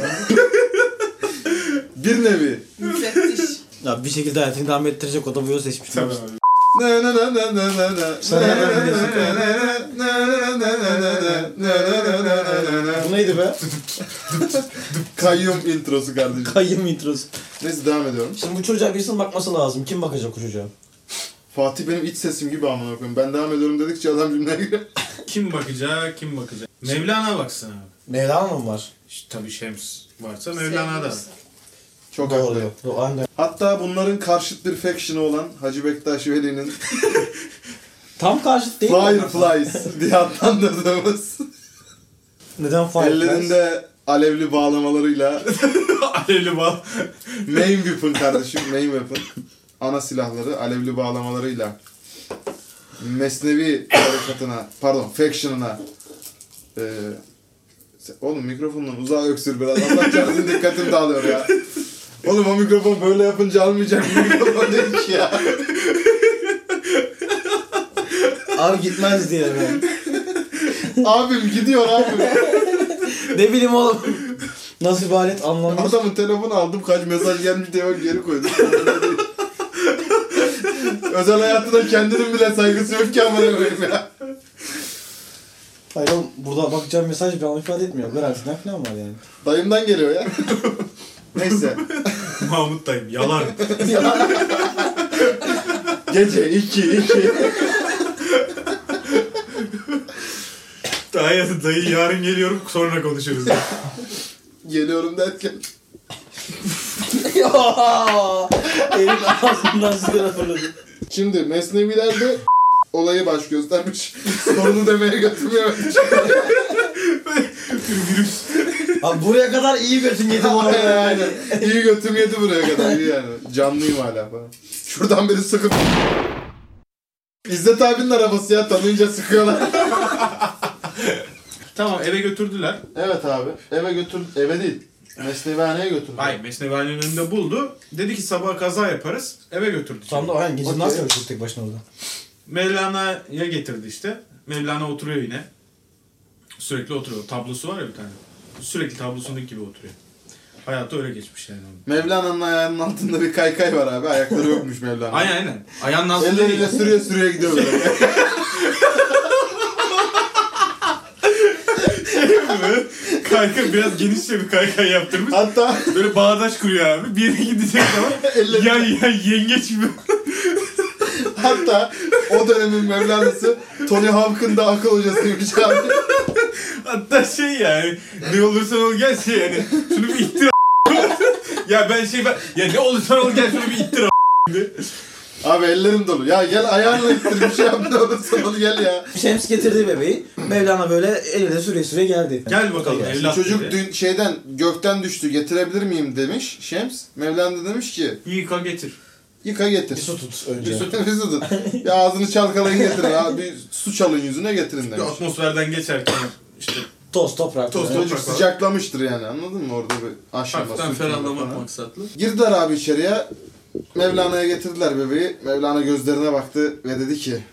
[SPEAKER 1] Bir nevi.
[SPEAKER 4] Müfettiş.
[SPEAKER 6] Ya bir şekilde hayatını devam ettirecek o da bu yolu seçmiş.
[SPEAKER 2] Tabii abi.
[SPEAKER 1] Ne ne ne ne ne ne ne.
[SPEAKER 6] Sen
[SPEAKER 1] Ne
[SPEAKER 6] nereden
[SPEAKER 1] ne
[SPEAKER 6] biliyorsun?
[SPEAKER 1] ne ne ne ne ne ne ne ne ne ne ne ne ne ne ne.
[SPEAKER 6] Bu neydi be?
[SPEAKER 1] Kayyum introsu kardeşim.
[SPEAKER 6] Kayyum introsu.
[SPEAKER 1] Neyse devam ediyorum.
[SPEAKER 6] Şimdi bu çocuğa birisinin bakması lazım. Kim bakacak o çocuğa?
[SPEAKER 1] Fatih benim iç sesim gibi amına koyayım. Ben devam ediyorum dedikçe adam cümleye giriyor.
[SPEAKER 2] Kim bakacak, kim bakacak? Mevlana baksın abi.
[SPEAKER 6] Mevlana mı var?
[SPEAKER 2] Ş- Tabii Şems varsa
[SPEAKER 1] Şey
[SPEAKER 2] Mevlana da.
[SPEAKER 1] Çok haklı.
[SPEAKER 6] Doğru. Doğru. Aynen.
[SPEAKER 1] Hatta bunların karşıt bir faction'ı olan Hacı Bektaş Veli'nin
[SPEAKER 6] Tam karşıt değil mi?
[SPEAKER 1] Fireflies diye adlandırdığımız
[SPEAKER 6] Neden Fireflies?
[SPEAKER 1] ellerinde alevli bağlamalarıyla
[SPEAKER 2] Alevli bal.
[SPEAKER 1] main weapon kardeşim main weapon ana silahları alevli bağlamalarıyla Mesnevi harekatına pardon faction'ına eee, se- oğlum mikrofondan uzağa öksür biraz Allah canını dikkatim dağılıyor ya oğlum o mikrofon böyle yapınca almayacak bir mikrofon değil ki ya
[SPEAKER 6] Abi gitmez diye ben.
[SPEAKER 1] abim gidiyor abim
[SPEAKER 6] ne bileyim oğlum. Nasıl bir alet anlamlı.
[SPEAKER 1] Adamın telefonu aldım kaç mesaj gelmiş diye ben geri koydum. Özel hayatına kendinin bile saygısı yok ki amına koyayım ya.
[SPEAKER 6] Hayır oğlum burada bakacağım mesaj bir anlam ifade etmiyor. Garantiden falan var yani.
[SPEAKER 1] Dayımdan geliyor ya. Neyse.
[SPEAKER 2] Mahmut dayım yalan.
[SPEAKER 1] Gece 2 2.
[SPEAKER 2] Dayı, dayı yarın geliyorum sonra konuşuruz.
[SPEAKER 1] Geliyorum derken.
[SPEAKER 6] Elin ağzından sigara fırladı.
[SPEAKER 1] Şimdi Mesneviler de olayı baş göstermiş. Sorunu demeye götürmüyor.
[SPEAKER 2] Virüs.
[SPEAKER 6] Abi buraya kadar iyi götün yedim onu.
[SPEAKER 1] aynen aynen. İyi götüm yedi buraya kadar. İyi yani. Canlıyım hala falan. Şuradan biri sıkıp... İzzet abinin arabası ya tanıyınca sıkıyorlar.
[SPEAKER 2] Tamam eve götürdüler.
[SPEAKER 1] Evet abi. Eve götür, eve değil. Mesnevihaneye götürdü.
[SPEAKER 2] Ay Mesnevihane'nin önünde buldu. Dedi ki sabah kaza yaparız. Eve götürdü.
[SPEAKER 6] Tam da aynen gece
[SPEAKER 1] Okey.
[SPEAKER 6] nasıl yapacak tek başına orada?
[SPEAKER 2] Mevlana'ya getirdi işte. Mevlana oturuyor yine. Sürekli oturuyor. Tablosu var ya bir tane. Sürekli tablosundaki gibi oturuyor. Hayatı öyle geçmiş yani. onun.
[SPEAKER 1] Mevlana'nın ayağının altında bir kaykay var abi. Ayakları yokmuş Mevlana.
[SPEAKER 2] Aynen aynen. Ayağının altında değil.
[SPEAKER 1] Elleriyle sürüye sürüye gidiyor böyle.
[SPEAKER 2] Kaykay biraz genişçe bir kaykay yaptırmış.
[SPEAKER 1] Hatta
[SPEAKER 2] Böyle bağdaş kuruyor abi. Bir yere gidecek zaman
[SPEAKER 1] Elleri-
[SPEAKER 2] ya ya yengeç gibi.
[SPEAKER 1] hatta o dönemin Mevlana'sı Tony Hawk'ın da akıl hocasıymış abi.
[SPEAKER 2] Hatta şey yani ne olursan ol gel şey yani şunu bir ittir a- Ya ben şey ben ya ne olursan ol gel şunu bir ittir a-
[SPEAKER 1] Abi ellerim dolu. Ya gel ayağınla ittir bir şey yap ne olursa ol gel ya.
[SPEAKER 6] Şems getirdi şey, bebeği. Mevlana böyle eline süre süre geldi.
[SPEAKER 2] Gel bakalım
[SPEAKER 6] Gel.
[SPEAKER 2] evlat
[SPEAKER 1] Çocuk
[SPEAKER 2] dedi.
[SPEAKER 1] dün şeyden gökten düştü getirebilir miyim demiş Şems. Mevlana da demiş ki
[SPEAKER 2] Yıka getir.
[SPEAKER 1] yıka
[SPEAKER 6] Bir
[SPEAKER 1] getir.
[SPEAKER 6] su tut önce.
[SPEAKER 1] Bir su tut. Ya ağzını çalkalayın getirin abi. Su çalın yüzüne getirin
[SPEAKER 2] Bir
[SPEAKER 1] demiş.
[SPEAKER 2] atmosferden geçerken işte
[SPEAKER 6] Toz toprak.
[SPEAKER 2] Toz,
[SPEAKER 6] Toz,
[SPEAKER 2] toz.
[SPEAKER 1] Çocuk
[SPEAKER 2] Toprak var.
[SPEAKER 1] sıcaklamıştır yani anladın mı orada bir aşama.
[SPEAKER 2] hafiften
[SPEAKER 1] sürtünme
[SPEAKER 2] ferahlamak
[SPEAKER 1] falan.
[SPEAKER 2] maksatlı.
[SPEAKER 1] Girdiler abi içeriye. Mevlana'ya getirdiler bebeği. Mevlana gözlerine baktı ve dedi ki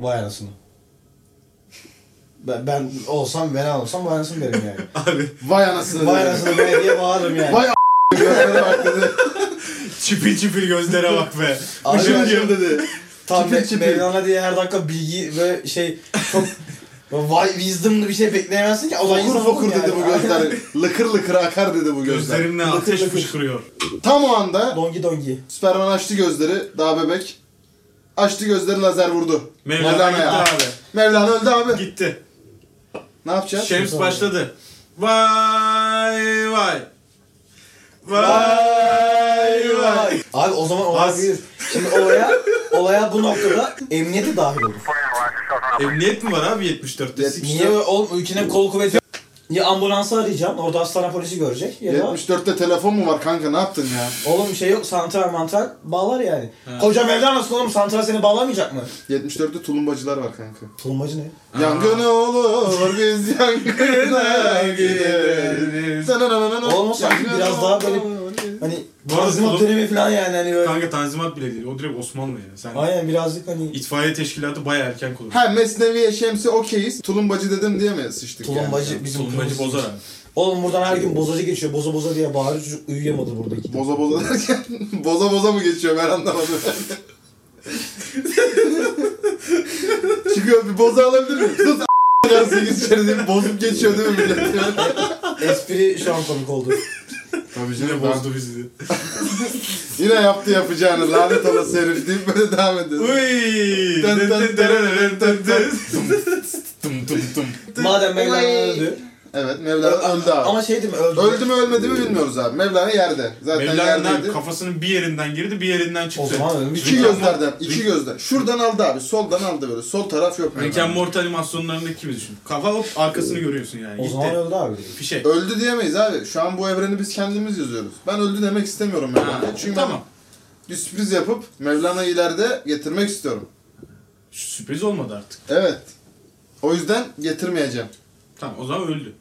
[SPEAKER 6] Vay anasını. Ben, ben olsam ben olsam vay anasını derim yani.
[SPEAKER 1] Vay anasını.
[SPEAKER 6] vay
[SPEAKER 1] dedim.
[SPEAKER 6] anasını be diye bağırırım yani.
[SPEAKER 1] Vay Gözlere bak dedi.
[SPEAKER 2] Çipil çipil gözlere bak be.
[SPEAKER 6] Arkadaşlar,
[SPEAKER 1] Işın dedi.
[SPEAKER 6] Tam
[SPEAKER 1] Çipil
[SPEAKER 6] Me-
[SPEAKER 1] çipil.
[SPEAKER 6] Mevlana diye her dakika bilgi ve şey çok vay wisdom'lı bir şey bekleyemezsin ki.
[SPEAKER 1] Fokur
[SPEAKER 6] Olan insan
[SPEAKER 1] fokur
[SPEAKER 6] yani.
[SPEAKER 1] dedi bu gözler. Lıkır lıkır akar dedi bu gözler.
[SPEAKER 2] Gözlerimle
[SPEAKER 6] Lıkır
[SPEAKER 2] ateş
[SPEAKER 6] lıkır.
[SPEAKER 2] fışkırıyor.
[SPEAKER 1] Tam o anda
[SPEAKER 6] Dongi dongi.
[SPEAKER 1] Süperman açtı gözleri. Daha bebek. Açtı gözleri lazer vurdu.
[SPEAKER 2] Mevlana gitti abi.
[SPEAKER 1] Mevlana öldü abi.
[SPEAKER 2] Gitti.
[SPEAKER 1] Ne yapacağız?
[SPEAKER 2] Şems başladı. Vay vay. Vay vay.
[SPEAKER 6] Abi o zaman olay
[SPEAKER 2] Bas.
[SPEAKER 6] büyür. Şimdi olaya, olaya bu noktada emniyeti dahil olur.
[SPEAKER 2] Emniyet mi var abi 74'te?
[SPEAKER 6] Niye oğlum ülkenin kol kuvveti yok. Ya ambulansı arayacağım. Orada hastane polisi görecek. Ya da
[SPEAKER 1] 74'te telefon mu var kanka ne yaptın ya?
[SPEAKER 6] oğlum şey yok santral mantral bağlar yani. Koca Mevlana'sın oğlum santral seni bağlamayacak mı?
[SPEAKER 1] 74'te tulumbacılar var kanka.
[SPEAKER 6] Tulumbacı ne?
[SPEAKER 1] Yangın olur biz yangına gideriz.
[SPEAKER 6] Oğlum o sanki
[SPEAKER 1] Yangın
[SPEAKER 6] biraz daha böyle-
[SPEAKER 1] olur.
[SPEAKER 6] Hani
[SPEAKER 2] Bu arada
[SPEAKER 6] Tanzimat
[SPEAKER 2] tulum-
[SPEAKER 6] dönemi falan yani hani böyle.
[SPEAKER 2] Kanka Tanzimat bile değil. O direkt Osmanlı yani. Sen
[SPEAKER 6] Aynen birazcık hani
[SPEAKER 2] itfaiye teşkilatı baya erken kurulmuş.
[SPEAKER 1] Ha Mesnevi'ye Şems'e okeyiz. Tulumbacı dedim diye mi sıçtık
[SPEAKER 6] tulumbacı
[SPEAKER 1] yani?
[SPEAKER 6] bizim
[SPEAKER 2] Tulumbacı
[SPEAKER 6] kırmızı-
[SPEAKER 2] bozar abi.
[SPEAKER 6] Oğlum buradan her gün bozacı geçiyor. Boza boza diye bağırıyor çocuk uyuyamadı buradaki.
[SPEAKER 1] Boza boza derken boza boza mı geçiyor ben anlamadım. Çıkıyor bir boza alabilir miyim? Sus a**, dersin içeri deyip bozup geçiyor değil mi millet?
[SPEAKER 6] Espri şu an komik oldu.
[SPEAKER 1] Tabii
[SPEAKER 2] Yine
[SPEAKER 1] canım ben-
[SPEAKER 2] bozdu bizi.
[SPEAKER 1] Yine yaptı yapacağını lanet olası herif deyip böyle devam ediyor.
[SPEAKER 2] Uy.
[SPEAKER 1] Dın dın dın dın dın dın.
[SPEAKER 8] Tım tım tım.
[SPEAKER 6] Madem Mevlana
[SPEAKER 1] Olay.
[SPEAKER 6] öldü.
[SPEAKER 1] Evet Mevlana öldü abi.
[SPEAKER 6] Ama şey değil mi öldü.
[SPEAKER 1] Öldü mü ölmedi mi bilmiyoruz abi. Mevlana yerde. Zaten
[SPEAKER 2] Mevlana'nın
[SPEAKER 1] yerdeydi.
[SPEAKER 2] kafasının bir yerinden girdi bir yerinden çıktı.
[SPEAKER 6] O zaman ölmüş.
[SPEAKER 1] İki gözlerden, iki gözden. Şuradan aldı abi, soldan aldı böyle. Sol taraf yok
[SPEAKER 2] Rick and
[SPEAKER 1] Mevlana.
[SPEAKER 2] Morty animasyonlarındaki gibi düşün. Kafa hop arkasını görüyorsun yani.
[SPEAKER 6] O
[SPEAKER 2] Gitti.
[SPEAKER 6] zaman öldü abi.
[SPEAKER 2] Fişek.
[SPEAKER 1] Öldü diyemeyiz abi. Şu an bu evreni biz kendimiz yazıyoruz. Ben öldü demek istemiyorum
[SPEAKER 2] Ha,
[SPEAKER 1] Mevlana'ya. Çünkü
[SPEAKER 2] tamam.
[SPEAKER 1] ben bir sürpriz yapıp Mevlana'yı ileride getirmek istiyorum.
[SPEAKER 2] Şu Sürpriz olmadı artık.
[SPEAKER 1] Evet. O yüzden getirmeyeceğim.
[SPEAKER 2] Tamam o zaman öldü.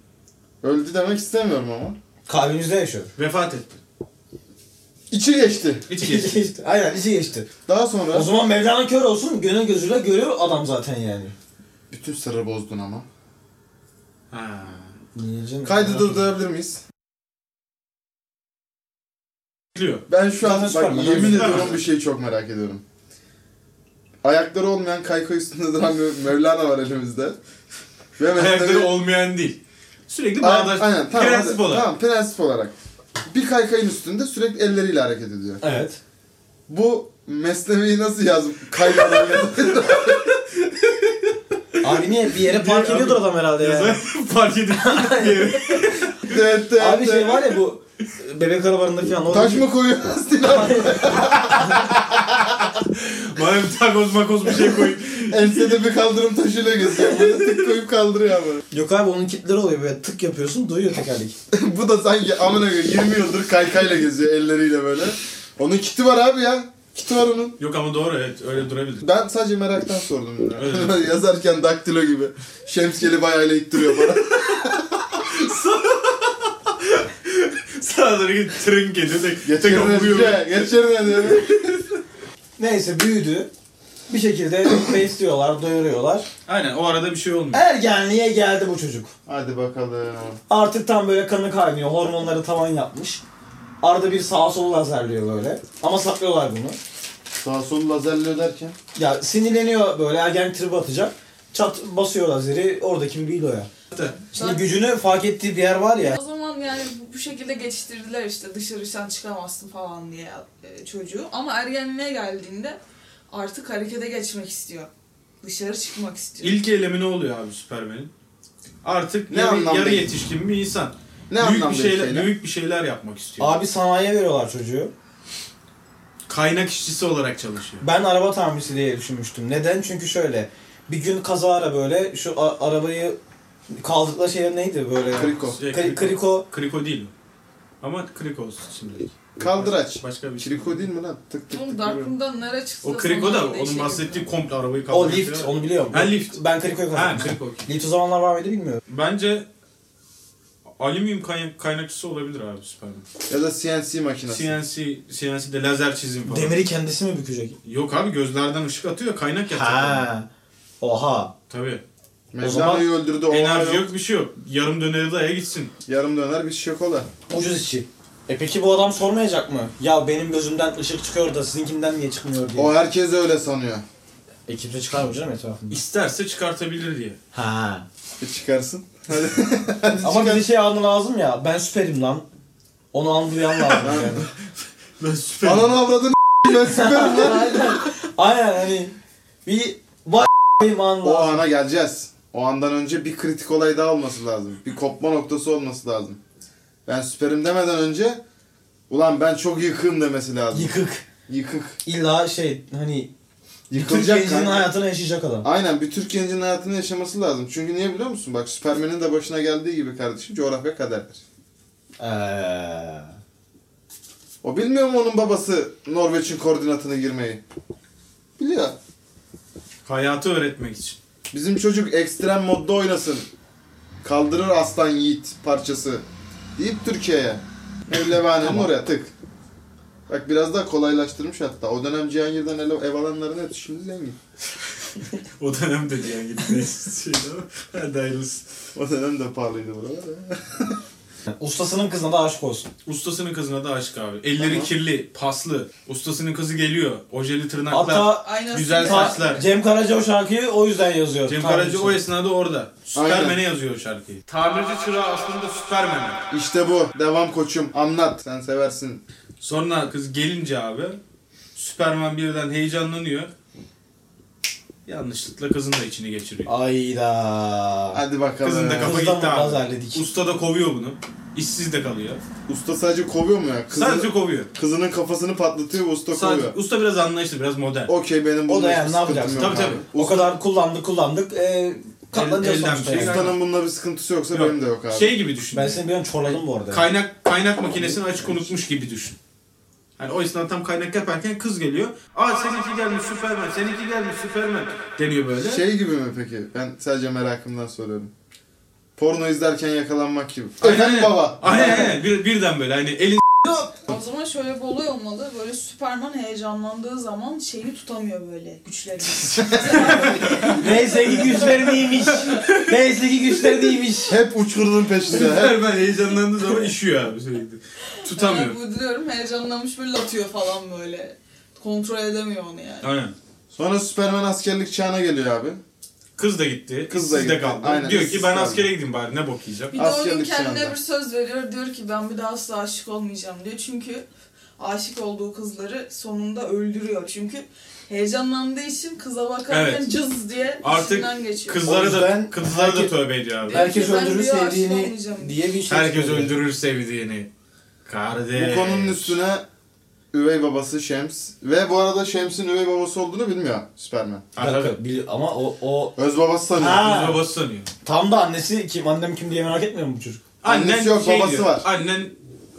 [SPEAKER 1] Öldü demek istemiyorum ama.
[SPEAKER 6] Kalbimizde yaşıyor.
[SPEAKER 2] Vefat etti.
[SPEAKER 1] İçi geçti.
[SPEAKER 2] İçi geçti.
[SPEAKER 6] geçti. Aynen içi geçti.
[SPEAKER 1] Daha sonra...
[SPEAKER 6] O zaman Mevlana kör olsun gönül gözüyle görüyor adam zaten yani.
[SPEAKER 1] Bütün sırrı bozdun ama.
[SPEAKER 2] Ha.
[SPEAKER 6] Niye canım?
[SPEAKER 1] Kaydı durdurabilir miyiz?
[SPEAKER 2] Bekliyor.
[SPEAKER 1] Ben şu an
[SPEAKER 6] Zaten
[SPEAKER 1] bak
[SPEAKER 6] çıkarmadan
[SPEAKER 1] yemin
[SPEAKER 2] çıkarmadan.
[SPEAKER 1] ediyorum bir şeyi çok merak ediyorum. Ayakları olmayan kayko üstünde duran bir Mevlana var elimizde. Ve
[SPEAKER 2] Ayakları
[SPEAKER 1] Mesnevi-
[SPEAKER 2] olmayan değil. Sürekli
[SPEAKER 1] Aynen,
[SPEAKER 2] bağdaş.
[SPEAKER 1] aynen, tamam,
[SPEAKER 2] prensip
[SPEAKER 1] hadi.
[SPEAKER 2] olarak.
[SPEAKER 1] Tamam prensip olarak. Bir kaykayın üstünde sürekli elleriyle hareket ediyor.
[SPEAKER 6] Evet.
[SPEAKER 1] Bu mesleği nasıl yazıp kaykadan yazıyor?
[SPEAKER 6] Abi niye bir yere park ediyordur adam herhalde yani.
[SPEAKER 2] Fark edip diye.
[SPEAKER 1] Evet, evet,
[SPEAKER 6] Abi şey
[SPEAKER 1] evet.
[SPEAKER 6] var ya bu e, bebek arabalarında falan. o-
[SPEAKER 1] Taş mı koyuyoruz diye
[SPEAKER 2] Bana bir takoz makoz bir şey koyun.
[SPEAKER 1] ensede bir kaldırım taşıyla geziyor. Böyle tık koyup kaldırıyor ama.
[SPEAKER 6] Yok abi onun kitleri oluyor böyle tık yapıyorsun duyuyor tekerlek.
[SPEAKER 1] Bu da sanki amına koyayım 20 yıldır kaykayla geziyor elleriyle böyle. Onun kiti var abi ya. Kiti var onun.
[SPEAKER 2] Yok ama doğru evet öyle durabilir.
[SPEAKER 1] Ben sadece meraktan sordum. ya.
[SPEAKER 2] Evet.
[SPEAKER 1] Yazarken daktilo gibi. Şemsiyeli bayağıyla ittiriyor bana.
[SPEAKER 2] Sağa doğru git tırın geliyor. tek- Tek
[SPEAKER 1] Geçerine
[SPEAKER 2] vuruyor.
[SPEAKER 1] diyor. Geçerine diyor.
[SPEAKER 6] Neyse büyüdü. Bir şekilde besliyorlar, doyuruyorlar.
[SPEAKER 2] Aynen o arada bir şey olmuyor.
[SPEAKER 6] Ergenliğe geldi bu çocuk.
[SPEAKER 1] Hadi bakalım.
[SPEAKER 6] Artık tam böyle kanı kaynıyor, hormonları tavan yapmış. Arada bir sağa sola lazerliyor böyle. Ama saklıyorlar bunu.
[SPEAKER 1] Sağ sol lazerle derken.
[SPEAKER 6] Ya sinirleniyor böyle ergen tribi atacak. Çat basıyor lazeri oradaki bir biloya. Şimdi gücünü fark ettiği bir yer var ya.
[SPEAKER 4] O zaman yani bu- bu şekilde geçiştirdiler işte dışarı sen çıkamazsın falan diye e, çocuğu. Ama ergenliğe geldiğinde artık harekete geçmek istiyor. Dışarı çıkmak istiyor.
[SPEAKER 2] İlk eylemi ne oluyor abi Superman'in? Artık
[SPEAKER 1] Ne
[SPEAKER 2] yarı,
[SPEAKER 1] anlamda
[SPEAKER 2] yarı
[SPEAKER 1] ilk-
[SPEAKER 2] yetişkin bir insan.
[SPEAKER 1] Ne
[SPEAKER 2] büyük bir
[SPEAKER 1] anlamda
[SPEAKER 2] şeyler,
[SPEAKER 1] şeyler?
[SPEAKER 2] büyük bir şeyler yapmak istiyor.
[SPEAKER 6] Abi sanayiye veriyorlar çocuğu.
[SPEAKER 2] Kaynak işçisi olarak çalışıyor.
[SPEAKER 6] Ben araba tamircisi diye düşünmüştüm. Neden? Çünkü şöyle. Bir gün kazara böyle şu a- arabayı kaldıkları şey neydi böyle?
[SPEAKER 1] Kriko.
[SPEAKER 2] Şey,
[SPEAKER 6] Kri- kriko.
[SPEAKER 2] Kriko değil mi? Ama kriko olsun şimdi.
[SPEAKER 1] Kaldıraç.
[SPEAKER 2] Başka bir şey.
[SPEAKER 1] Çiriko değil mi lan? Tık tık
[SPEAKER 4] Oğlum
[SPEAKER 1] tık.
[SPEAKER 4] Darkroom'dan nereye çıktı?
[SPEAKER 2] O kriko da
[SPEAKER 10] şey
[SPEAKER 2] onun
[SPEAKER 4] şey
[SPEAKER 2] bahsettiği komple arabayı
[SPEAKER 6] O
[SPEAKER 2] kaldırıyor.
[SPEAKER 6] lift onu biliyorum.
[SPEAKER 2] Ha lift.
[SPEAKER 6] Ben krikoyu
[SPEAKER 2] Ha
[SPEAKER 6] kazanmıştım.
[SPEAKER 2] kriko.
[SPEAKER 6] Lift o zamanlar var mıydı bilmiyorum.
[SPEAKER 2] Bence alüminyum kay- kaynakçısı olabilir abi Superman.
[SPEAKER 1] Ya da CNC makinesi.
[SPEAKER 2] CNC, CNC'de lazer çizim falan.
[SPEAKER 6] Demiri kendisi mi bükecek?
[SPEAKER 2] Yok abi gözlerden ışık atıyor kaynak yapacak.
[SPEAKER 6] Ha. Oha.
[SPEAKER 2] Tabii.
[SPEAKER 1] Mevlana'yı öldürdü. O
[SPEAKER 2] Enerji
[SPEAKER 1] yok.
[SPEAKER 2] yok bir şey yok. Yarım döneri daya gitsin.
[SPEAKER 1] Yarım döner bir şişe kola.
[SPEAKER 6] Ucuz işçi. E peki bu adam sormayacak mı? Ya benim gözümden ışık çıkıyor da sizinkinden niye çıkmıyor diye.
[SPEAKER 1] O herkes öyle sanıyor.
[SPEAKER 6] E kimse çıkar mı canım etrafında?
[SPEAKER 2] İsterse çıkartabilir diye.
[SPEAKER 6] Ha.
[SPEAKER 1] E çıkarsın.
[SPEAKER 6] Ama bir de şey anı lazım ya. Ben süperim lan. Onu anlayan lazım yani.
[SPEAKER 1] Ananı avradını ben süperim lan.
[SPEAKER 6] Aynen. Aynen hani. Bir vay anı
[SPEAKER 1] O
[SPEAKER 6] lazım.
[SPEAKER 1] ana geleceğiz. O andan önce bir kritik olay daha olması lazım. Bir kopma noktası olması lazım. Ben süperim demeden önce ulan ben çok yıkığım demesi lazım.
[SPEAKER 6] Yıkık.
[SPEAKER 1] Yıkık.
[SPEAKER 6] İlla şey hani
[SPEAKER 1] Yıkılacak
[SPEAKER 6] Türkiye'nin
[SPEAKER 1] kanka.
[SPEAKER 6] hayatını yaşayacak adam.
[SPEAKER 1] Aynen bir Türk gencinin hayatını yaşaması lazım. Çünkü niye biliyor musun? Bak Süpermen'in de başına geldiği gibi kardeşim coğrafya kaderdir.
[SPEAKER 6] Eee.
[SPEAKER 1] O bilmiyor mu onun babası Norveç'in koordinatına girmeyi? Biliyor.
[SPEAKER 2] Hayatı öğretmek için.
[SPEAKER 1] Bizim çocuk ekstrem modda oynasın. Kaldırır aslan yiğit parçası. Deyip Türkiye'ye. Evlevanenin oraya tık. Bak biraz daha kolaylaştırmış hatta. O dönem Cihangir'den ev, ev alanların hepsi şimdi zengin.
[SPEAKER 2] O dönem dedi yani gitmeyi istiyordu ama şey hadi hayırlısı.
[SPEAKER 1] O dönem de pahalıydı buralar.
[SPEAKER 6] Ustasının kızına da aşık olsun.
[SPEAKER 2] Ustasının kızına da aşık abi. Elleri kirli, paslı. Ustasının kızı geliyor. Ojeli tırnaklar.
[SPEAKER 6] Hatta
[SPEAKER 4] Aynı
[SPEAKER 2] Güzel
[SPEAKER 6] ta-
[SPEAKER 2] saçlar.
[SPEAKER 6] Cem Karaca o şarkıyı o yüzden yazıyor.
[SPEAKER 2] Cem
[SPEAKER 6] Tanrı
[SPEAKER 2] Karaca
[SPEAKER 6] için.
[SPEAKER 2] o esnada orada. Süpermen'e
[SPEAKER 1] şey. Aynen.
[SPEAKER 2] yazıyor o şarkıyı. Tanrıcı çırağı aslında Süpermen.
[SPEAKER 1] İşte bu. Devam koçum. Anlat. Sen seversin.
[SPEAKER 2] Sonra kız gelince abi Süpermen birden heyecanlanıyor. Yanlışlıkla kızın da içini geçiriyor.
[SPEAKER 6] Ayda.
[SPEAKER 1] Hadi bakalım.
[SPEAKER 2] Kızın da kafa
[SPEAKER 6] Kızdan
[SPEAKER 2] gitti
[SPEAKER 6] biraz
[SPEAKER 2] abi.
[SPEAKER 6] halledik.
[SPEAKER 2] Usta da kovuyor bunu. İşsiz de kalıyor.
[SPEAKER 1] Usta sadece kovuyor mu ya? Kızın,
[SPEAKER 2] Sadece kovuyor.
[SPEAKER 1] Kızının kafasını patlatıyor usta
[SPEAKER 2] Sadece,
[SPEAKER 1] kovuyor.
[SPEAKER 2] usta biraz anlayışlı, biraz modern.
[SPEAKER 1] Okey benim
[SPEAKER 6] O
[SPEAKER 1] bunda
[SPEAKER 6] da
[SPEAKER 1] hiçbir
[SPEAKER 6] yani ne
[SPEAKER 1] sıkıntım
[SPEAKER 6] yapacaksın?
[SPEAKER 1] yok
[SPEAKER 2] Tabii,
[SPEAKER 1] abi.
[SPEAKER 2] tabii.
[SPEAKER 6] O kadar kullandık kullandık. Eee katlanacağız
[SPEAKER 2] elden
[SPEAKER 6] sonuçta.
[SPEAKER 2] bir şey
[SPEAKER 6] yani.
[SPEAKER 2] gelmez.
[SPEAKER 1] Ustanın bununla bir sıkıntısı yoksa
[SPEAKER 2] Yok.
[SPEAKER 1] benim de yok abi.
[SPEAKER 2] Şey gibi düşün.
[SPEAKER 6] Ben seni bir an çorladım bu arada.
[SPEAKER 2] Kaynak kaynak makinesini açık unutmuş gibi düşün. Hani o esnada tam kaynak yaparken kız geliyor. Aa seninki gelmiş Süpermen, seninki gelmiş Süpermen deniyor böyle.
[SPEAKER 1] Şey gibi mi peki? Ben sadece merakımdan soruyorum. Porno izlerken yakalanmak gibi.
[SPEAKER 2] Aynen,
[SPEAKER 1] Efendim
[SPEAKER 2] aynen.
[SPEAKER 1] baba.
[SPEAKER 2] Aynen aynen. Bir, birden böyle hani elin
[SPEAKER 10] O zaman şöyle bir olay olmalı. Böyle Superman heyecanlandığı zaman şeyi tutamıyor böyle güçlerini.
[SPEAKER 6] Neyse ki güçleri değilmiş. Neyse ki güçleri değilmiş.
[SPEAKER 1] Hep uçkurunun peşinde. Hep.
[SPEAKER 2] Süpermen heyecanlandığı zaman işiyor abi sürekli. Tutamıyor.
[SPEAKER 10] Yani bu diyorum heyecanlanmış böyle atıyor falan böyle. Kontrol edemiyor onu yani.
[SPEAKER 2] Aynen.
[SPEAKER 1] Sonra Superman askerlik çağına geliyor abi.
[SPEAKER 2] Kız da gitti.
[SPEAKER 1] Kız
[SPEAKER 2] Kız
[SPEAKER 1] da
[SPEAKER 2] da
[SPEAKER 1] gitti.
[SPEAKER 2] kaldı.
[SPEAKER 1] Aynen,
[SPEAKER 2] Diyor
[SPEAKER 1] işsiz
[SPEAKER 2] ki ben
[SPEAKER 1] kaldı.
[SPEAKER 2] askere gideyim bari ne bok yiyeceğim.
[SPEAKER 10] Bir de o gün
[SPEAKER 1] Askerlik
[SPEAKER 10] kendine
[SPEAKER 1] çağında.
[SPEAKER 10] bir söz veriyor. Diyor ki ben bir daha asla aşık olmayacağım diyor. Çünkü aşık olduğu kızları sonunda öldürüyor. Çünkü heyecanlandığı için kıza bakarken
[SPEAKER 2] Evet.
[SPEAKER 10] cız diye
[SPEAKER 2] Artık
[SPEAKER 10] içinden geçiyor.
[SPEAKER 6] O
[SPEAKER 2] Kızlara da
[SPEAKER 6] yüzden
[SPEAKER 2] kızlara da
[SPEAKER 6] herkes-
[SPEAKER 2] tövbe ediyor abi.
[SPEAKER 6] Herkes
[SPEAKER 10] Ben
[SPEAKER 6] öldürür
[SPEAKER 10] diyor, aşık
[SPEAKER 6] sevdiğini
[SPEAKER 10] olmayacağım.
[SPEAKER 6] diye bir şey.
[SPEAKER 2] Herkes
[SPEAKER 6] söylüyor.
[SPEAKER 2] öldürür sevdiğini. Kardeş.
[SPEAKER 1] Bu konunun üstüne üvey babası Şems. Ve bu arada Şems'in üvey babası olduğunu bilmiyor Superman.
[SPEAKER 6] Bir dakika, bil- ama o, o
[SPEAKER 1] Öz babası sanıyor.
[SPEAKER 6] Ha.
[SPEAKER 2] Kız babası sanıyor.
[SPEAKER 6] tam da annesi kim annem kim diye merak etmiyor mu bu çocuk?
[SPEAKER 1] Annesi
[SPEAKER 2] Annen
[SPEAKER 1] yok,
[SPEAKER 2] şey
[SPEAKER 1] babası
[SPEAKER 2] diyor,
[SPEAKER 1] var.
[SPEAKER 2] Annen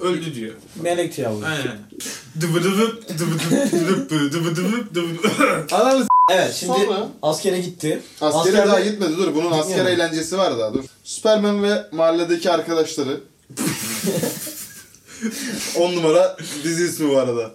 [SPEAKER 2] öldü diyor.
[SPEAKER 6] Melek yavru.
[SPEAKER 2] Aynen. Dıvı dıvı dıvı dıvı dıvı dıvı dıvı dıvı dıvı.
[SPEAKER 1] Ananı s-
[SPEAKER 6] Evet şimdi
[SPEAKER 1] Sonra?
[SPEAKER 6] askere gitti.
[SPEAKER 1] Askere
[SPEAKER 6] Askerde-
[SPEAKER 1] daha gitmedi dur. Bunun asker
[SPEAKER 6] Gitmiyor mu?
[SPEAKER 1] eğlencesi var daha dur. Superman ve mahalledeki arkadaşları. 10 numara dizi ismi bu arada.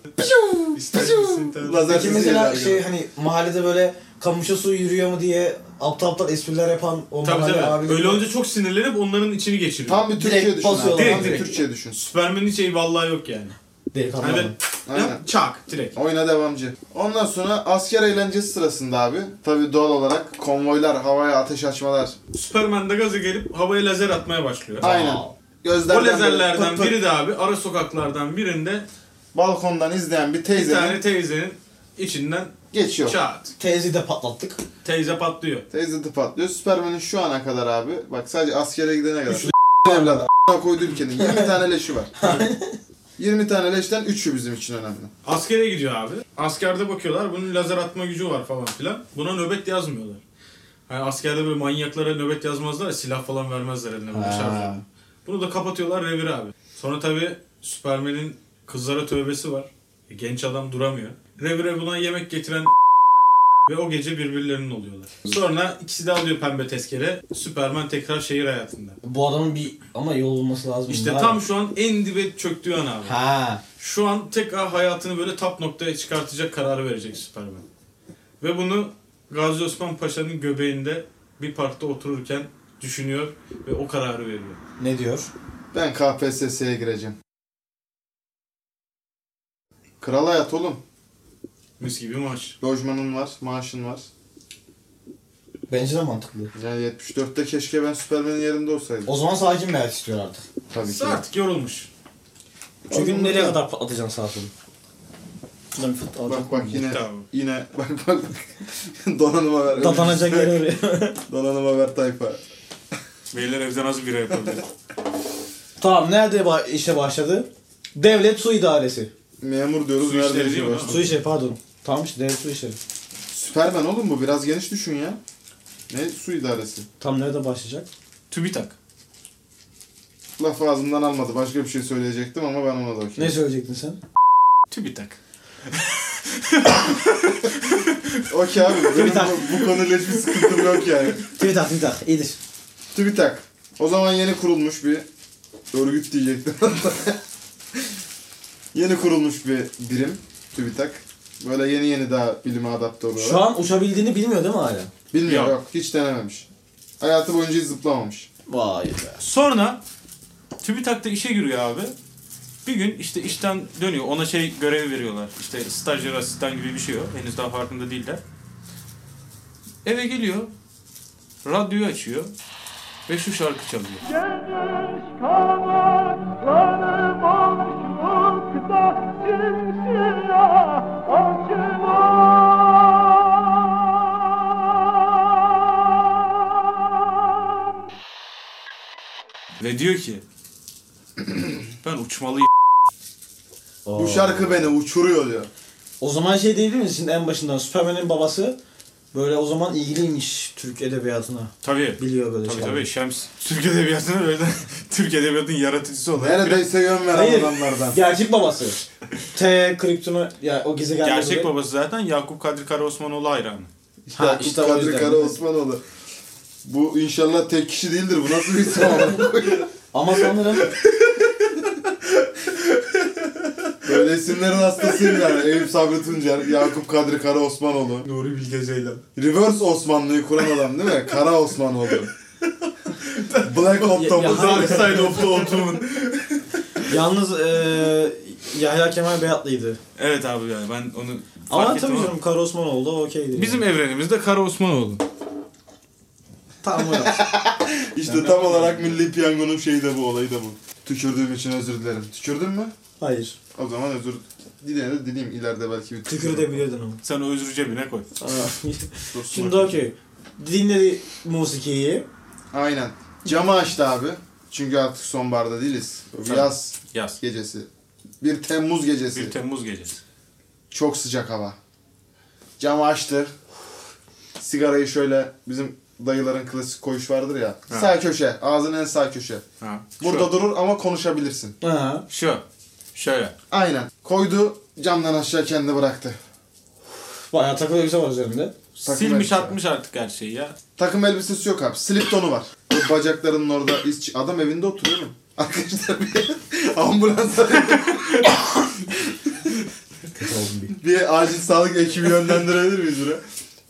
[SPEAKER 2] İster misin?
[SPEAKER 1] Lazer
[SPEAKER 6] Peki
[SPEAKER 1] çizgi
[SPEAKER 6] mesela
[SPEAKER 1] yerler gibi.
[SPEAKER 6] şey hani mahallede böyle kamışa su yürüyor mu diye aptal aptal espriler yapan o
[SPEAKER 2] Tabii
[SPEAKER 6] mahalle
[SPEAKER 2] tabii.
[SPEAKER 6] abi.
[SPEAKER 2] Öyle olunca çok sinirlenip onların içini geçiriyor.
[SPEAKER 1] Tam bir Türkiye
[SPEAKER 6] Direkt
[SPEAKER 1] düşün. abi.
[SPEAKER 6] basıyorlar.
[SPEAKER 1] Tam bir
[SPEAKER 2] Direkt,
[SPEAKER 1] Türkiye düşün.
[SPEAKER 2] Süpermen'in şeyi vallahi yok yani.
[SPEAKER 6] Delikanlı
[SPEAKER 2] Hani
[SPEAKER 6] adam.
[SPEAKER 1] Aynen.
[SPEAKER 2] Yap, çak direkt.
[SPEAKER 1] Oyuna devamcı. Ondan sonra asker eğlencesi sırasında abi. Tabii doğal olarak konvoylar, havaya ateş açmalar.
[SPEAKER 2] Superman de gaza gelip havaya lazer atmaya başlıyor.
[SPEAKER 1] Aynen. Gözlerden
[SPEAKER 2] O
[SPEAKER 1] böyle
[SPEAKER 2] lazerlerden
[SPEAKER 1] pıt pıt.
[SPEAKER 2] biri de abi ara sokaklardan birinde
[SPEAKER 1] balkondan izleyen bir
[SPEAKER 2] bir
[SPEAKER 1] teyzenin
[SPEAKER 2] tane teyzenin içinden
[SPEAKER 1] geçiyor.
[SPEAKER 2] çat.
[SPEAKER 6] Teyzeyi de patlattık.
[SPEAKER 2] Teyze patlıyor.
[SPEAKER 1] Teyze de patlıyor. Superman'in şu ana kadar abi. Bak sadece askere gidene kadar. evladı. a**ına koydu ülkenin. 20 tane leşi var. 20 tane leşten 3'ü bizim için önemli.
[SPEAKER 2] Askere gidiyor abi. Askerde bakıyorlar bunun lazer atma gücü var falan filan. Buna nöbet yazmıyorlar. Hani askerde böyle manyaklara nöbet yazmazlar ya, silah falan vermezler eline böyle şarjör. Bunu da kapatıyorlar revir abi. Sonra tabi Superman'in kızlara tövbesi var. E, Genç adam duramıyor. Revire buna yemek getiren ve o gece birbirlerinin oluyorlar. Sonra ikisi de alıyor pembe tezkere. Superman tekrar şehir hayatında.
[SPEAKER 6] Bu adamın bir ama yol bulması lazım.
[SPEAKER 2] İşte
[SPEAKER 6] Bunlar-
[SPEAKER 2] tam şu an en dibe çöktüğü an abi.
[SPEAKER 6] Ha.
[SPEAKER 2] Şu an tekrar hayatını böyle tap noktaya çıkartacak kararı verecek Superman. Ve bunu Gazi Osman Paşa'nın göbeğinde bir parkta otururken düşünüyor ve o kararı veriyor.
[SPEAKER 6] Ne diyor?
[SPEAKER 1] Ben KPSS'ye gireceğim. Kral hayat oğlum.
[SPEAKER 2] Mis gibi maaş.
[SPEAKER 1] Lojmanın var, maaşın var.
[SPEAKER 6] Bence de mantıklı.
[SPEAKER 1] Yani 74'te keşke ben Süpermen'in yerinde olsaydım.
[SPEAKER 6] O zaman sakin bir hayat istiyor artık.
[SPEAKER 1] Tabii ki.
[SPEAKER 2] Artık yorulmuş.
[SPEAKER 6] Çünkü nereye kadar patlatacaksın sağa sola?
[SPEAKER 11] Lan futbol.
[SPEAKER 1] Bak bak yine
[SPEAKER 2] Tamam.
[SPEAKER 1] yine bak bak bak. Donanıma ver.
[SPEAKER 6] Tatanacak yeri oraya.
[SPEAKER 1] Donanıma ver tayfa.
[SPEAKER 2] Beyler evde nasıl bira yapabilir?
[SPEAKER 6] tamam nerede ba- işe başladı? Devlet Su İdaresi.
[SPEAKER 1] Memur diyoruz.
[SPEAKER 2] Su işleri
[SPEAKER 1] nerede
[SPEAKER 2] değil mi
[SPEAKER 1] başlıyor?
[SPEAKER 6] Su işleri pardon. Tamam işte devlet su işleri.
[SPEAKER 1] Süpermen oğlum bu biraz geniş düşün ya. Ne su idaresi.
[SPEAKER 6] Tam nerede başlayacak?
[SPEAKER 2] TÜBİTAK.
[SPEAKER 1] Laf ağzımdan almadı. Başka bir şey söyleyecektim ama ben ona da okeyim.
[SPEAKER 6] Ne söyleyecektin sen?
[SPEAKER 2] TÜBİTAK.
[SPEAKER 1] Okey abi. Benim
[SPEAKER 6] Tübitak.
[SPEAKER 1] bu, bu konuyla hiçbir sıkıntım yok yani.
[SPEAKER 6] Twitter Twitter iyidir.
[SPEAKER 1] TÜBİTAK. O zaman yeni kurulmuş bir örgüt diyecektim. yeni kurulmuş bir birim TÜBİTAK. Böyle yeni yeni daha bilime adapte oluyorlar.
[SPEAKER 6] Şu an uçabildiğini bilmiyor değil mi hala?
[SPEAKER 1] Bilmiyor
[SPEAKER 2] Yok.
[SPEAKER 1] yok. hiç denememiş. Hayatı boyunca hiç zıplamamış.
[SPEAKER 6] Vay be.
[SPEAKER 2] Sonra TÜBİTAK'ta işe giriyor abi. Bir gün işte işten dönüyor. Ona şey görev veriyorlar. İşte stajyer asistan gibi bir şey o. Henüz daha farkında değiller. Eve geliyor. Radyoyu açıyor. Ve şu şarkı çalıyor. Ve diyor ki ben uçmalıyım.
[SPEAKER 1] Bu şarkı beni uçuruyor diyor.
[SPEAKER 6] O zaman şey diyebilir miyiz şimdi en başından Superman'in babası böyle o zaman ilgiliymiş Türk edebiyatına.
[SPEAKER 2] Tabii.
[SPEAKER 6] Biliyor böyle
[SPEAKER 2] Tabii
[SPEAKER 6] şeyler.
[SPEAKER 2] tabii Şems Türk Edebiyatı'nın öyle Türk Edebiyatı'nın yaratıcısı olarak.
[SPEAKER 1] Neredeyse yön veren
[SPEAKER 6] Hayır.
[SPEAKER 1] adamlardan.
[SPEAKER 6] Gerçek babası. T kriptona ya o gezegen
[SPEAKER 2] Gerçek babası zaten Yakup Kadri Karaosmanoğlu hayranı.
[SPEAKER 1] İşte
[SPEAKER 6] Ha,
[SPEAKER 1] Yakup
[SPEAKER 6] işte o
[SPEAKER 1] Kadri
[SPEAKER 6] yüzden.
[SPEAKER 1] Kara Osmanoğlu. Bu inşallah tek kişi değildir. Bu nasıl bir isim ama?
[SPEAKER 6] Ama sanırım
[SPEAKER 1] Böyle isimlerin hastasıyım yani. Eyüp Sabri Tuncer, Yakup Kadri Kara Osmanoğlu.
[SPEAKER 2] Nuri Bilge Ceylan.
[SPEAKER 1] Reverse Osmanlı'yı kuran adam değil mi? Kara Osmanoğlu. Black Optimus.
[SPEAKER 6] Ya- ya-
[SPEAKER 1] Dark Side of the Optimus.
[SPEAKER 6] yalnız eee Yahya Kemal Beyatlıydı.
[SPEAKER 2] Evet abi yani ben onu fark
[SPEAKER 6] Ama
[SPEAKER 2] ettim
[SPEAKER 6] tabii canım Kara Osmanoğlu da okeydi.
[SPEAKER 2] Bizim evrenimizde Kara Osmanoğlu.
[SPEAKER 6] Tamam öyle.
[SPEAKER 1] İşte tam olarak Milli Piyango'nun şeyi de bu, olayı da bu. Tükürdüğüm için özür dilerim. Tükürdün mü?
[SPEAKER 6] Hayır.
[SPEAKER 1] O zaman özür dilerim de dileyim. İleride belki bir
[SPEAKER 6] Tükür de biliyordun ama.
[SPEAKER 2] Sen o özrü cebine koy.
[SPEAKER 6] Aa,
[SPEAKER 1] Dostum
[SPEAKER 6] Şimdi
[SPEAKER 1] hakkı.
[SPEAKER 6] okey. Dinledi musikiyi.
[SPEAKER 1] Aynen. Camı açtı abi. Çünkü artık sonbaharda değiliz.
[SPEAKER 2] Tabii.
[SPEAKER 1] Yaz
[SPEAKER 2] Yaz.
[SPEAKER 1] gecesi. 1 Temmuz gecesi.
[SPEAKER 2] 1 Temmuz gecesi.
[SPEAKER 1] Çok sıcak hava. Camı açtı. Sigarayı şöyle bizim dayıların klasik koyuş vardır ya.
[SPEAKER 2] Ha.
[SPEAKER 1] Sağ köşe. Ağzının en sağ köşe.
[SPEAKER 2] Ha.
[SPEAKER 1] Burada
[SPEAKER 2] şu,
[SPEAKER 1] durur ama konuşabilirsin.
[SPEAKER 6] Ha.
[SPEAKER 2] şu. Şöyle.
[SPEAKER 1] Aynen. Koydu. Camdan aşağı kendi bıraktı.
[SPEAKER 6] Bayağı takılı elbise var üzerinde.
[SPEAKER 1] Takım
[SPEAKER 2] Silmiş
[SPEAKER 1] elbise.
[SPEAKER 2] atmış artık her şeyi ya.
[SPEAKER 1] Takım elbisesi yok abi. Slip tonu var. Bu bacaklarının orada iz çı- Adam evinde oturuyor mu? Arkadaşlar bir ambulans arayın.
[SPEAKER 6] Kötü oldum bir.
[SPEAKER 1] bir acil sağlık ekibi yönlendirebilir miyiz buraya?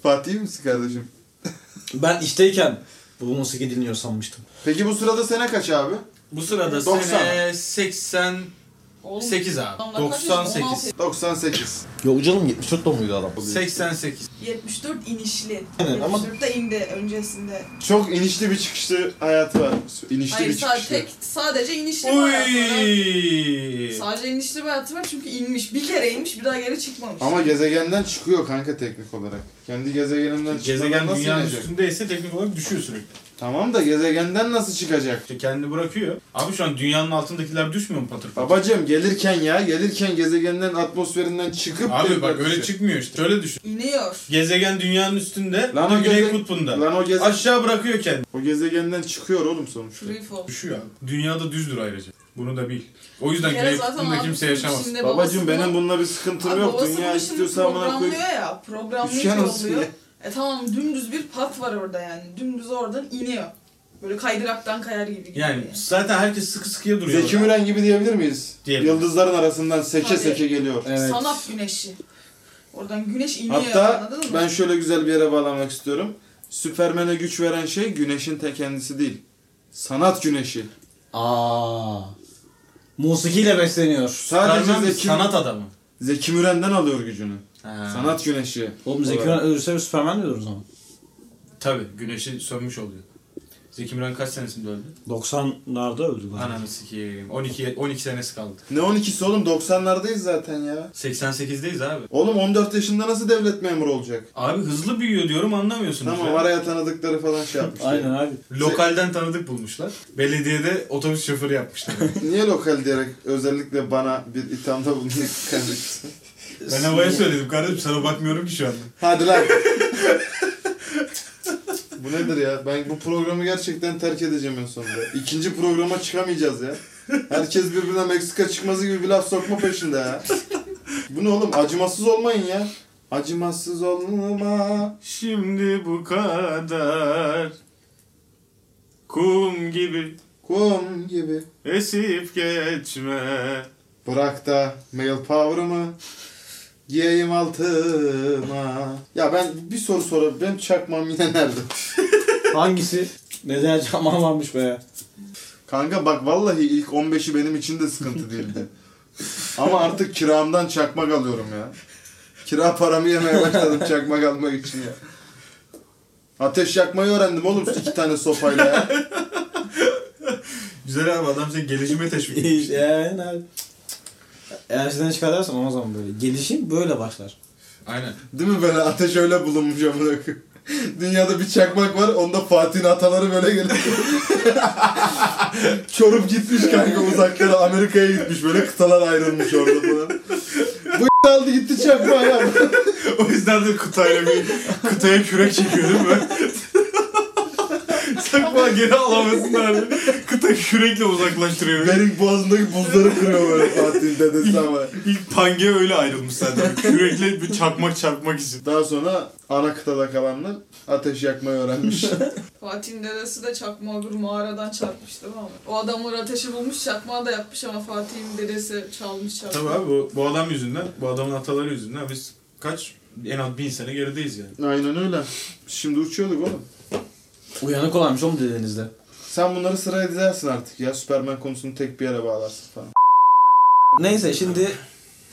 [SPEAKER 1] Fatih iyi misin kardeşim?
[SPEAKER 6] Ben işteyken bu musiki dinliyor sanmıştım.
[SPEAKER 1] Peki bu sırada sene kaç abi?
[SPEAKER 2] Bu sırada
[SPEAKER 1] 90.
[SPEAKER 2] sene 88
[SPEAKER 10] Oğlum,
[SPEAKER 2] abi.
[SPEAKER 10] adamlar kaç yaşında?
[SPEAKER 2] 98.
[SPEAKER 1] 98.
[SPEAKER 6] Yok canım 74 doğumluydu adam.
[SPEAKER 2] 88.
[SPEAKER 10] 74 inişli.
[SPEAKER 6] Aynen, ama-
[SPEAKER 10] 74'te indi öncesinde.
[SPEAKER 1] Çok inişli bir çıkışlı hayatı var. İnişli
[SPEAKER 10] Hayır
[SPEAKER 1] bir çıkışlı.
[SPEAKER 10] sadece, tek, sadece inişli bir hayatı var.
[SPEAKER 2] Uy.
[SPEAKER 10] Sadece inişli bir hayatı var çünkü inmiş. Bir kere inmiş bir daha geri çıkmamış.
[SPEAKER 1] Ama gezegenden çıkıyor kanka teknik olarak. Kendi gezegeninden
[SPEAKER 2] Gezegen
[SPEAKER 1] çıkmadan nasıl
[SPEAKER 2] dünyanın
[SPEAKER 1] inecek?
[SPEAKER 2] üstündeyse teknik olarak düşüyor sürekli.
[SPEAKER 1] Tamam da gezegenden nasıl çıkacak?
[SPEAKER 2] İşte kendini bırakıyor. Abi şu an dünyanın altındakiler düşmüyor mu patır patır?
[SPEAKER 1] Babacım gelirken ya gelirken gezegenden atmosferinden çıkıp
[SPEAKER 2] Abi
[SPEAKER 1] tekrar
[SPEAKER 2] bak öyle
[SPEAKER 1] düşecek.
[SPEAKER 2] çıkmıyor işte. Şöyle düşün.
[SPEAKER 10] İniyor.
[SPEAKER 2] Gezegen dünyanın üstünde.
[SPEAKER 1] Lan
[SPEAKER 2] Lan
[SPEAKER 1] o
[SPEAKER 2] Güney
[SPEAKER 1] geze-
[SPEAKER 2] Kutbu'nda.
[SPEAKER 1] Lan o geze-
[SPEAKER 2] Aşağı bırakıyor kendini.
[SPEAKER 1] O gezegenden çıkıyor oğlum sonuçta.
[SPEAKER 10] Free fall.
[SPEAKER 2] Düşüyor abi. Dünyada düzdür ayrıca. Bunu da bil. O
[SPEAKER 10] Bir
[SPEAKER 2] yüzden
[SPEAKER 10] kere
[SPEAKER 2] Güney
[SPEAKER 10] zaten
[SPEAKER 2] Kutbu'nda
[SPEAKER 10] abi
[SPEAKER 2] kimse yaşamaz.
[SPEAKER 10] şimdi babası
[SPEAKER 1] Babacım
[SPEAKER 10] bunu-
[SPEAKER 1] benim bununla bir sıkıntım
[SPEAKER 10] Abi
[SPEAKER 1] yok.
[SPEAKER 10] babası
[SPEAKER 1] Dünya
[SPEAKER 10] bunu şimdi
[SPEAKER 1] istiyorsa amına koyayım.
[SPEAKER 10] Programlıyor ya.
[SPEAKER 1] Üçgen
[SPEAKER 10] Programlayıcı
[SPEAKER 1] olsun
[SPEAKER 10] oluyor.
[SPEAKER 1] ya.
[SPEAKER 10] E tamam dümdüz bir pat var orada yani. Dümdüz oradan iniyor. Böyle kaydıraktan kayar gibi. gidiyor
[SPEAKER 2] Yani zaten herkes sıkı sıkıya duruyor.
[SPEAKER 1] Zeki Müren gibi diyebilir miyiz?
[SPEAKER 2] Diyebiliriz.
[SPEAKER 1] Yıldızların arasından seke
[SPEAKER 10] Tabii.
[SPEAKER 1] seke geliyor.
[SPEAKER 6] Evet.
[SPEAKER 10] Sanat güneşi. Oradan güneş iniyor
[SPEAKER 1] Hatta
[SPEAKER 10] anladın mı?
[SPEAKER 1] ben şöyle güzel bir yere bağlamak istiyorum. Süpermen'e güç veren şey güneşin te kendisi değil. Sanat güneşi.
[SPEAKER 6] Aa. Musikiyle besleniyor.
[SPEAKER 1] Sadece
[SPEAKER 8] Superman bir
[SPEAKER 1] Zeki,
[SPEAKER 8] sanat adamı.
[SPEAKER 1] Zeki Müren'den alıyor gücünü. Sanat güneşi.
[SPEAKER 6] Oğlum Zeki
[SPEAKER 1] olarak.
[SPEAKER 6] Müren ölürse Superman diyoruz o zaman.
[SPEAKER 8] Tabi güneşi sönmüş oluyor. Zeki Müren kaç senesinde öldü?
[SPEAKER 6] 90'larda öldü galiba.
[SPEAKER 8] Ananı sikeyim. 12, 12 senesi kaldı.
[SPEAKER 1] Ne 12'si oğlum 90'lardayız zaten ya.
[SPEAKER 8] 88'deyiz abi.
[SPEAKER 1] Oğlum 14 yaşında nasıl devlet memuru olacak?
[SPEAKER 8] Abi hızlı büyüyor diyorum anlamıyorsunuz.
[SPEAKER 1] Tamam
[SPEAKER 8] ya.
[SPEAKER 1] araya tanıdıkları falan şey yapmışlar.
[SPEAKER 6] Aynen abi.
[SPEAKER 8] Lokalden tanıdık bulmuşlar. Belediyede otobüs şoförü yapmışlar.
[SPEAKER 1] Niye lokal diyerek özellikle bana bir ithamda bulundun kardeşim?
[SPEAKER 8] ben havaya söyledim kardeşim sana bakmıyorum ki şu anda.
[SPEAKER 1] Hadi lan. bu nedir ya? Ben bu programı gerçekten terk edeceğim en sonunda. İkinci programa çıkamayacağız ya. Herkes birbirine Meksika çıkması gibi bir laf sokma peşinde ya. Bu ne oğlum? Acımasız olmayın ya. Acımasız olma.
[SPEAKER 8] Şimdi bu kadar. Kum gibi
[SPEAKER 1] Kum gibi.
[SPEAKER 8] esip geçme.
[SPEAKER 1] Bırak da male power'ımı giyeyim altıma. Ya ben bir soru sorayım. Benim çakmam yine nerede?
[SPEAKER 6] Hangisi? Neden caman varmış be?
[SPEAKER 1] Kanka bak vallahi ilk 15'i benim için de sıkıntı değildi. Ama artık kiramdan çakmak alıyorum ya. Kira paramı yemeye başladım çakmak almak için ya. Ateş yakmayı öğrendim oğlum iki tane sopayla ya.
[SPEAKER 8] Güzel abi adam seni gelişime teşvik ediyor.
[SPEAKER 6] İşte yani abi. Enerjiden çıkartarsam o zaman böyle. Gelişim böyle başlar.
[SPEAKER 8] Aynen.
[SPEAKER 1] Değil mi böyle ateş öyle bulunmuş amına koyayım. Dünyada bir çakmak var onda Fatih'in ataları böyle geliyor. Çorup gitmiş kanka uzaklara Amerika'ya gitmiş böyle kıtalar ayrılmış orada falan. Bu aldı gitti çakmağı ya.
[SPEAKER 8] O yüzden de kıtayla bir kıtaya kürek çekiyor değil mi? Sakma geri alamasınlar abi. Kıta kürekle uzaklaştırıyor. beni.
[SPEAKER 1] Benim boğazımdaki buzları kırıyor böyle Fatih dedesi ama.
[SPEAKER 8] İlk pange öyle ayrılmış zaten. Kürekle bir çakmak çakmak için.
[SPEAKER 1] Daha sonra ana kıtada kalanlar ateş yakmayı öğrenmiş.
[SPEAKER 10] Fatih'in dedesi de çakmağı bir mağaradan çarpmış değil mi ama? O adamlar ateşi bulmuş çakmağı da yapmış ama Fatih'in dedesi çalmış çakmağı.
[SPEAKER 2] Tabii abi bu, bu adam yüzünden, bu adamın ataları yüzünden biz kaç en az bin sene gerideyiz yani.
[SPEAKER 1] Aynen öyle. Şimdi uçuyorduk oğlum.
[SPEAKER 6] Uyanık olanmış oğlum dedenizde.
[SPEAKER 1] Sen bunları sıraya dizersin artık ya. Superman konusunu tek bir yere bağlarsın falan.
[SPEAKER 6] Neyse şimdi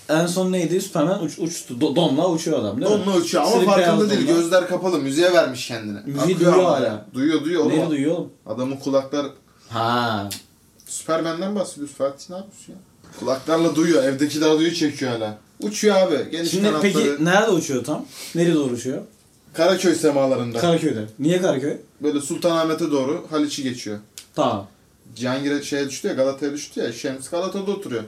[SPEAKER 6] en son neydi? Superman uç, uçtu. Do- donla uçuyor adam değil mi?
[SPEAKER 1] Onunla uçuyor ama
[SPEAKER 6] Sırık beyaz
[SPEAKER 1] farkında değil.
[SPEAKER 6] donla.
[SPEAKER 1] Gözler kapalı. Müziğe vermiş kendini.
[SPEAKER 6] Müziği
[SPEAKER 1] Akıyor
[SPEAKER 6] duyuyor
[SPEAKER 1] ama.
[SPEAKER 6] hala.
[SPEAKER 1] Duyuyor duyuyor oğlum.
[SPEAKER 6] Neyi duyuyor oğlum?
[SPEAKER 1] Adamın kulaklar...
[SPEAKER 6] Ha.
[SPEAKER 1] Superman'den bahsediyoruz. Fatih ne yapıyorsun ya? Kulaklarla duyuyor. Evdeki radyoyu çekiyor hala. Uçuyor abi. Geniş
[SPEAKER 6] Şimdi
[SPEAKER 1] kanatları.
[SPEAKER 6] peki nerede uçuyor tam? Nereye doğru uçuyor?
[SPEAKER 1] Karaköy semalarında.
[SPEAKER 6] Karaköy'de. Niye Karaköy?
[SPEAKER 1] Böyle Sultanahmet'e doğru Haliç'i geçiyor.
[SPEAKER 6] Tamam.
[SPEAKER 1] Cihangir'e şeye düştü ya Galata'ya düştü ya Şems Galata'da oturuyor.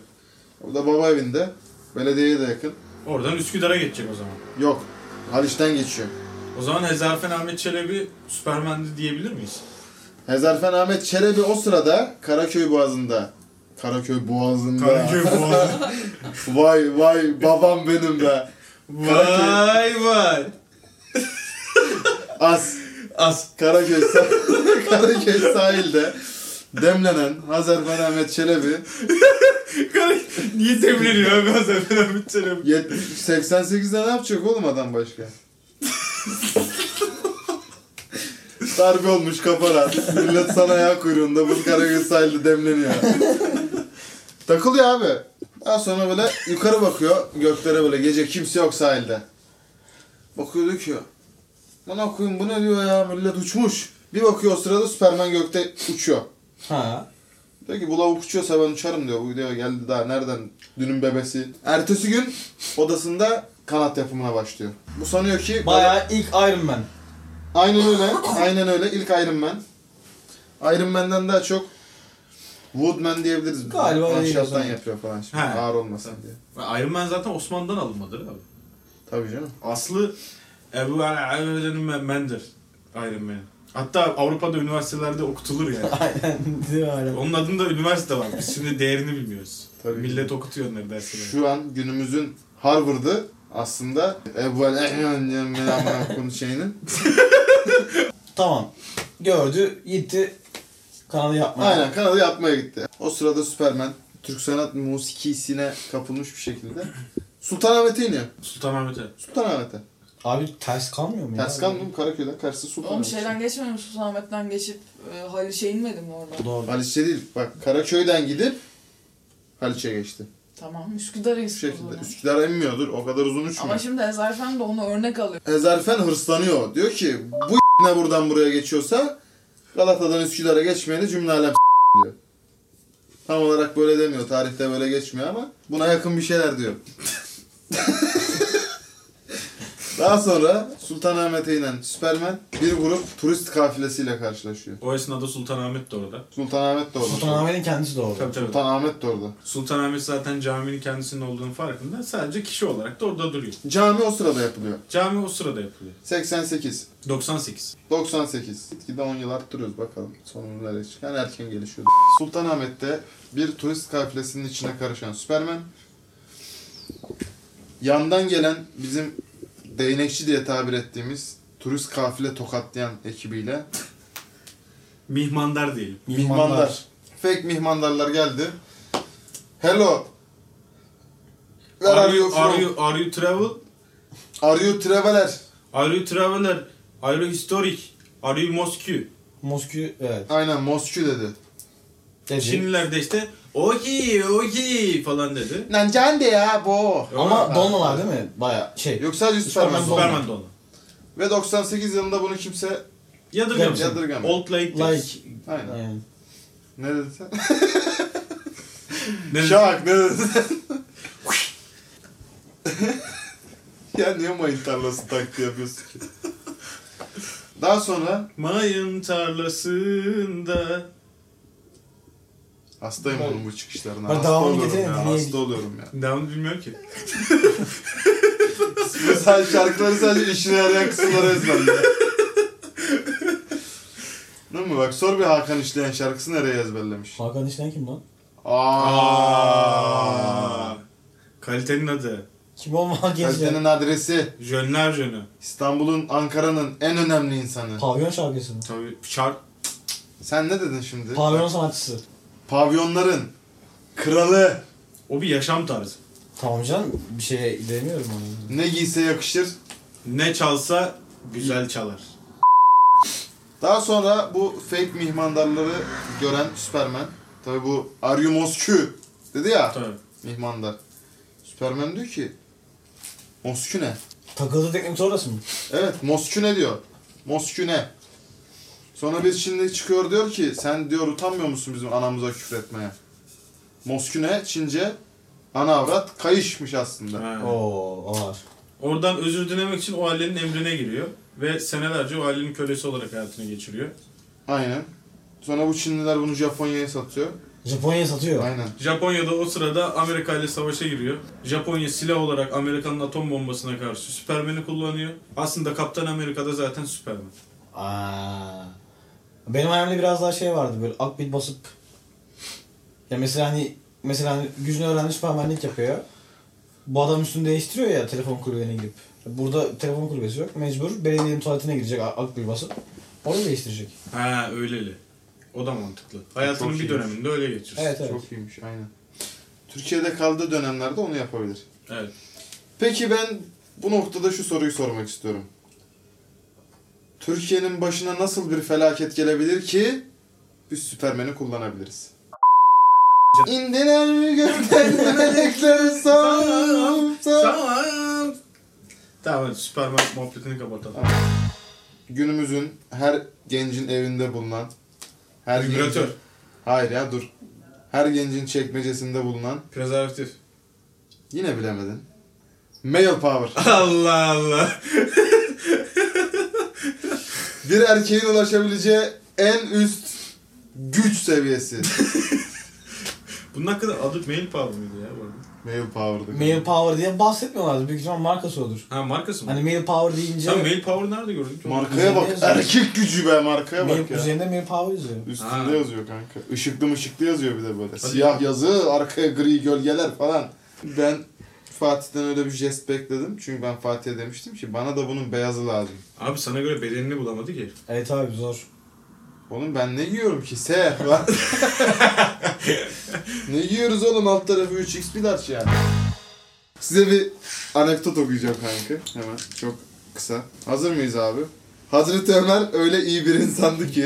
[SPEAKER 1] O da baba evinde. Belediyeye de yakın.
[SPEAKER 2] Oradan Üsküdar'a geçecek o zaman.
[SPEAKER 1] Yok. Haliç'ten geçiyor.
[SPEAKER 2] O zaman Hezarfen Ahmet Çelebi Süpermen'di diyebilir miyiz?
[SPEAKER 1] Hezarfen Ahmet Çelebi o sırada Karaköy Boğazı'nda. Karaköy Boğazı'nda.
[SPEAKER 2] Karaköy Boğazı.
[SPEAKER 1] Vay vay babam benim be. Karaköy.
[SPEAKER 8] Vay vay.
[SPEAKER 1] As.
[SPEAKER 8] As.
[SPEAKER 1] Karaköy, sah- Karaköy sahilde demlenen Hazarfen Ahmet Çelebi
[SPEAKER 8] Niye temleniyor abi Hezarfen Ahmet Çelebi?
[SPEAKER 1] 70 88'de ne yapacak oğlum adam başka? Darbe olmuş kafa rahat. Millet sana ayağı kuyruğunda bu Karagöz sahilde demleniyor. Takılıyor abi. Daha sonra böyle yukarı bakıyor göklere böyle gece kimse yok sahilde. Bakıyor ki bana koyun bu ne diyor ya millet uçmuş. Bir bakıyor o sırada Superman gökte uçuyor.
[SPEAKER 6] Ha.
[SPEAKER 1] Diyor ki bu lavuk uçuyorsa ben uçarım diyor. Bu diyor geldi daha nereden dünün bebesi. Ertesi gün odasında kanat yapımına başlıyor. Bu sanıyor ki
[SPEAKER 6] Bayağı ilk Iron Man.
[SPEAKER 1] aynen öyle. Aynen öyle. İlk Iron Man. Iron Man'den daha çok Woodman diyebiliriz.
[SPEAKER 6] Galiba öyle
[SPEAKER 1] Ahşaptan
[SPEAKER 6] yazıyor.
[SPEAKER 1] yapıyor falan şimdi.
[SPEAKER 2] He.
[SPEAKER 1] Ağır olmasın diye.
[SPEAKER 2] Iron Man zaten Osman'dan alınmadı abi.
[SPEAKER 1] Tabii canım.
[SPEAKER 2] Aslı Ebu Mendir Iron Man. Hatta Avrupa'da üniversitelerde okutulur yani.
[SPEAKER 6] Değil mi Iron Man?
[SPEAKER 2] Onun adında üniversite var. Biz şimdi değerini bilmiyoruz.
[SPEAKER 1] Tabii.
[SPEAKER 2] Millet okutuyor onları derslere.
[SPEAKER 1] Şu an günümüzün Harvard'ı aslında evvel konu şeyinin.
[SPEAKER 6] Tamam. Gördü, gitti. Kanalı yapmaya.
[SPEAKER 1] Aynen kanalı yapmaya gitti. O sırada Superman Türk sanat musikisine kapılmış bir şekilde Sultanahmet'e iniyor.
[SPEAKER 2] Sultanahmet'e.
[SPEAKER 1] Sultanahmet'e.
[SPEAKER 6] Abi ters kalmıyor mu?
[SPEAKER 1] Ters kalmadım Karaköy'den karşısı
[SPEAKER 10] Oğlum
[SPEAKER 1] Sultanahmet.
[SPEAKER 10] şeyden geçmedim Sultanahmet'ten geçip e, Haliç'e inmedim mi orada?
[SPEAKER 6] Doğru.
[SPEAKER 1] Haliç'e değil. Bak Karaköy'den gidip Haliç'e geçti.
[SPEAKER 10] Tamam Üsküdar'a
[SPEAKER 1] Bu
[SPEAKER 10] gittim o
[SPEAKER 1] şekilde.
[SPEAKER 10] zaman.
[SPEAKER 1] Üsküdar'a inmiyordur. O kadar uzun
[SPEAKER 10] Ama
[SPEAKER 1] uçmuyor.
[SPEAKER 10] şimdi Ezerfen de onu örnek alıyor.
[SPEAKER 1] Ezerfen hırslanıyor. Diyor ki bu ne buradan buraya geçiyorsa Galata'dan Üsküdar'a geçmeyeni cümle alem s- diyor. Tam olarak böyle demiyor. Tarihte böyle geçmiyor ama buna yakın bir şeyler diyor. Daha sonra Sultanahmet'e inen Süpermen bir grup turist kafilesiyle karşılaşıyor.
[SPEAKER 2] O esnada Sultanahmet de orada.
[SPEAKER 1] Sultanahmet de orada.
[SPEAKER 6] Sultanahmet'in kendisi de orada.
[SPEAKER 2] Tabii tabii.
[SPEAKER 1] Sultanahmet de orada.
[SPEAKER 2] Sultanahmet zaten caminin kendisinin olduğunun farkında. Sadece kişi olarak da orada duruyor.
[SPEAKER 1] Cami o sırada yapılıyor.
[SPEAKER 2] Cami o sırada yapılıyor.
[SPEAKER 1] 88.
[SPEAKER 2] 98.
[SPEAKER 1] 98. Gitgide 10 yıl arttırıyoruz bakalım sonumuz nereye çıkar. Yani erken gelişiyordu. Sultanahmet'te bir turist kafilesinin içine karışan Süpermen. Yandan gelen bizim değnekçi diye tabir ettiğimiz turist kafile tokatlayan ekibiyle
[SPEAKER 2] Mihmandar diyelim.
[SPEAKER 1] mihmandar. Fake mihmandarlar geldi. Hello. Where are you
[SPEAKER 2] Are
[SPEAKER 1] from?
[SPEAKER 2] you, are you travel?
[SPEAKER 1] Are you traveler?
[SPEAKER 2] Are you traveler? Are you historic? Are you Moscow?
[SPEAKER 6] Moskü evet.
[SPEAKER 1] Aynen Moskü dedi.
[SPEAKER 6] Dedi.
[SPEAKER 2] Çinliler de işte okey okey falan dedi.
[SPEAKER 1] Nancan de ya bu.
[SPEAKER 6] Ama donmalar değil mi? Baya şey.
[SPEAKER 1] Yok sadece Süpermen.
[SPEAKER 6] Süpermen
[SPEAKER 1] Süpermen.
[SPEAKER 2] Superman dolu.
[SPEAKER 1] Ve 98 yılında bunu kimse
[SPEAKER 2] Yadırgamış.
[SPEAKER 1] Yadırgamış.
[SPEAKER 2] Old like this.
[SPEAKER 6] Like.
[SPEAKER 1] Aynen.
[SPEAKER 6] Aynen.
[SPEAKER 1] Ne dedin sen?
[SPEAKER 2] Ne-
[SPEAKER 1] Şak ne dedin sen? ya niye mayın tarlası taklidi yapıyorsun ki? Daha sonra
[SPEAKER 2] Mayın tarlasında.
[SPEAKER 1] hastayım oğlum bu çıkışlarına.
[SPEAKER 6] Ben
[SPEAKER 1] hasta
[SPEAKER 6] devamını
[SPEAKER 1] oluyorum
[SPEAKER 6] getiremedim,
[SPEAKER 1] ya.
[SPEAKER 6] niye-
[SPEAKER 1] Hasta oluyorum ya.
[SPEAKER 2] Devamını bilmiyorum ki.
[SPEAKER 1] sen şarkıları sadece işine yarayan kısımları ezberle. Değil mi? Bak sor bir Hakan işleyen şarkısı nereye ezberlemiş?
[SPEAKER 6] Hakan İşten kim lan?
[SPEAKER 1] Aa.
[SPEAKER 2] Aa. Kalitenin adı.
[SPEAKER 6] Kim olma Hakan İşten?
[SPEAKER 1] Kalitenin adresi.
[SPEAKER 2] Jönler Jönü.
[SPEAKER 1] İstanbul'un, Ankara'nın en önemli insanı.
[SPEAKER 6] Pavyon şarkısı mı?
[SPEAKER 2] Tabii şark
[SPEAKER 1] Sen ne dedin şimdi?
[SPEAKER 6] Pavyon sanatçısı.
[SPEAKER 1] Pavyonların kralı
[SPEAKER 2] o bir yaşam tarzı.
[SPEAKER 6] Tamam canım bir şey demiyorum onu.
[SPEAKER 1] ne giyse yakışır.
[SPEAKER 2] Ne çalsa güzel çalar.
[SPEAKER 1] Daha sonra bu fake mihmandarları gören Süpermen. Tabi bu Are you Moskü dedi ya
[SPEAKER 2] Tabii.
[SPEAKER 1] mihmandar. Süpermen diyor ki Moskü ne?
[SPEAKER 6] Takıldı teknik orası mı?
[SPEAKER 1] Evet Moskü ne diyor. Moskü ne? Sonra bir Çinli çıkıyor diyor ki sen diyor utanmıyor musun bizim anamıza küfretmeye? Moskü ne? Çince ana avrat kayışmış aslında.
[SPEAKER 2] Ha.
[SPEAKER 6] Oo ağır.
[SPEAKER 2] Oradan özür dilemek için o ailenin emrine giriyor. Ve senelerce o ailenin kölesi olarak hayatını geçiriyor.
[SPEAKER 1] Aynen. Sonra bu Çinliler bunu Japonya'ya satıyor.
[SPEAKER 6] Japonya'ya satıyor.
[SPEAKER 1] Aynen.
[SPEAKER 2] Japonya'da o sırada Amerika ile savaşa giriyor. Japonya silah olarak Amerika'nın atom bombasına karşı Süpermen'i kullanıyor. Aslında Kaptan Amerika'da zaten Süpermen.
[SPEAKER 6] Aa. Benim hayalimde biraz daha şey vardı böyle akbil basıp. Ya mesela hani mesela hani gücünü öğrenmiş parmenlik yapıyor. Bu adam üstünü değiştiriyor ya telefon kulübesine gidip. Burada telefon kulübesi yok. Mecbur belediyenin tuvaletine gidecek a- akbil basıp. Orada değiştirecek.
[SPEAKER 2] Ha öyleli. O da mantıklı. Hayatının
[SPEAKER 1] Çok
[SPEAKER 2] bir
[SPEAKER 1] iyiymiş.
[SPEAKER 2] döneminde öyle geçirsin.
[SPEAKER 6] Evet evet.
[SPEAKER 1] Çok iyiymiş aynen. Türkiye'de kaldığı dönemlerde onu yapabilir.
[SPEAKER 2] Evet.
[SPEAKER 1] Peki ben bu noktada şu soruyu sormak istiyorum. Türkiye'nin başına nasıl bir felaket gelebilir ki biz Süpermen'i kullanabiliriz? İndiler mi gökten melekleri sağım sağım.
[SPEAKER 2] Tamam. Tamam hadi Süpermen muhabbetini kapatalım.
[SPEAKER 1] Günümüzün her gencin evinde bulunan her
[SPEAKER 2] Vibratör.
[SPEAKER 1] gencin- Hayır ya dur. Her gencin çekmecesinde bulunan
[SPEAKER 2] Prezervatif.
[SPEAKER 1] yine bilemedin. Male power.
[SPEAKER 2] Allah Allah.
[SPEAKER 1] Bir erkeğin ulaşabileceği en üst güç seviyesi.
[SPEAKER 2] Bunun hakkında adı Mail Power mıydı ya bu arada?
[SPEAKER 1] Male power'dı.
[SPEAKER 6] Mail Power diye bahsetmiyorlardı. Büyük ihtimal markası odur.
[SPEAKER 2] Ha markası mı?
[SPEAKER 6] Hani Mail Power deyince
[SPEAKER 2] Sen Mail Power nerede gördün ki?
[SPEAKER 1] Markaya bak.
[SPEAKER 6] Üzerinde yazıyor.
[SPEAKER 1] Erkek gücü be markaya
[SPEAKER 6] Mail,
[SPEAKER 1] bak ya.
[SPEAKER 6] üzerinde Mail Power yazıyor.
[SPEAKER 1] Üstünde
[SPEAKER 2] Ha.
[SPEAKER 1] yazıyor kanka. Işıklı mışıklı yazıyor bir de böyle. Siyah yazı, arkaya gri gölgeler falan. Ben Fatih'ten öyle bir jest bekledim. Çünkü ben Fatih'e demiştim ki bana da bunun beyazı lazım.
[SPEAKER 2] Abi sana göre bedenini bulamadı ki.
[SPEAKER 6] Evet abi zor.
[SPEAKER 1] Oğlum ben ne giyiyorum ki? Se lan. ne giyiyoruz oğlum alt tarafı 3x bir large yani. Size bir anekdot okuyacağım kanka. Hemen çok kısa. Hazır mıyız abi? Hazreti Ömer öyle iyi bir insandı ki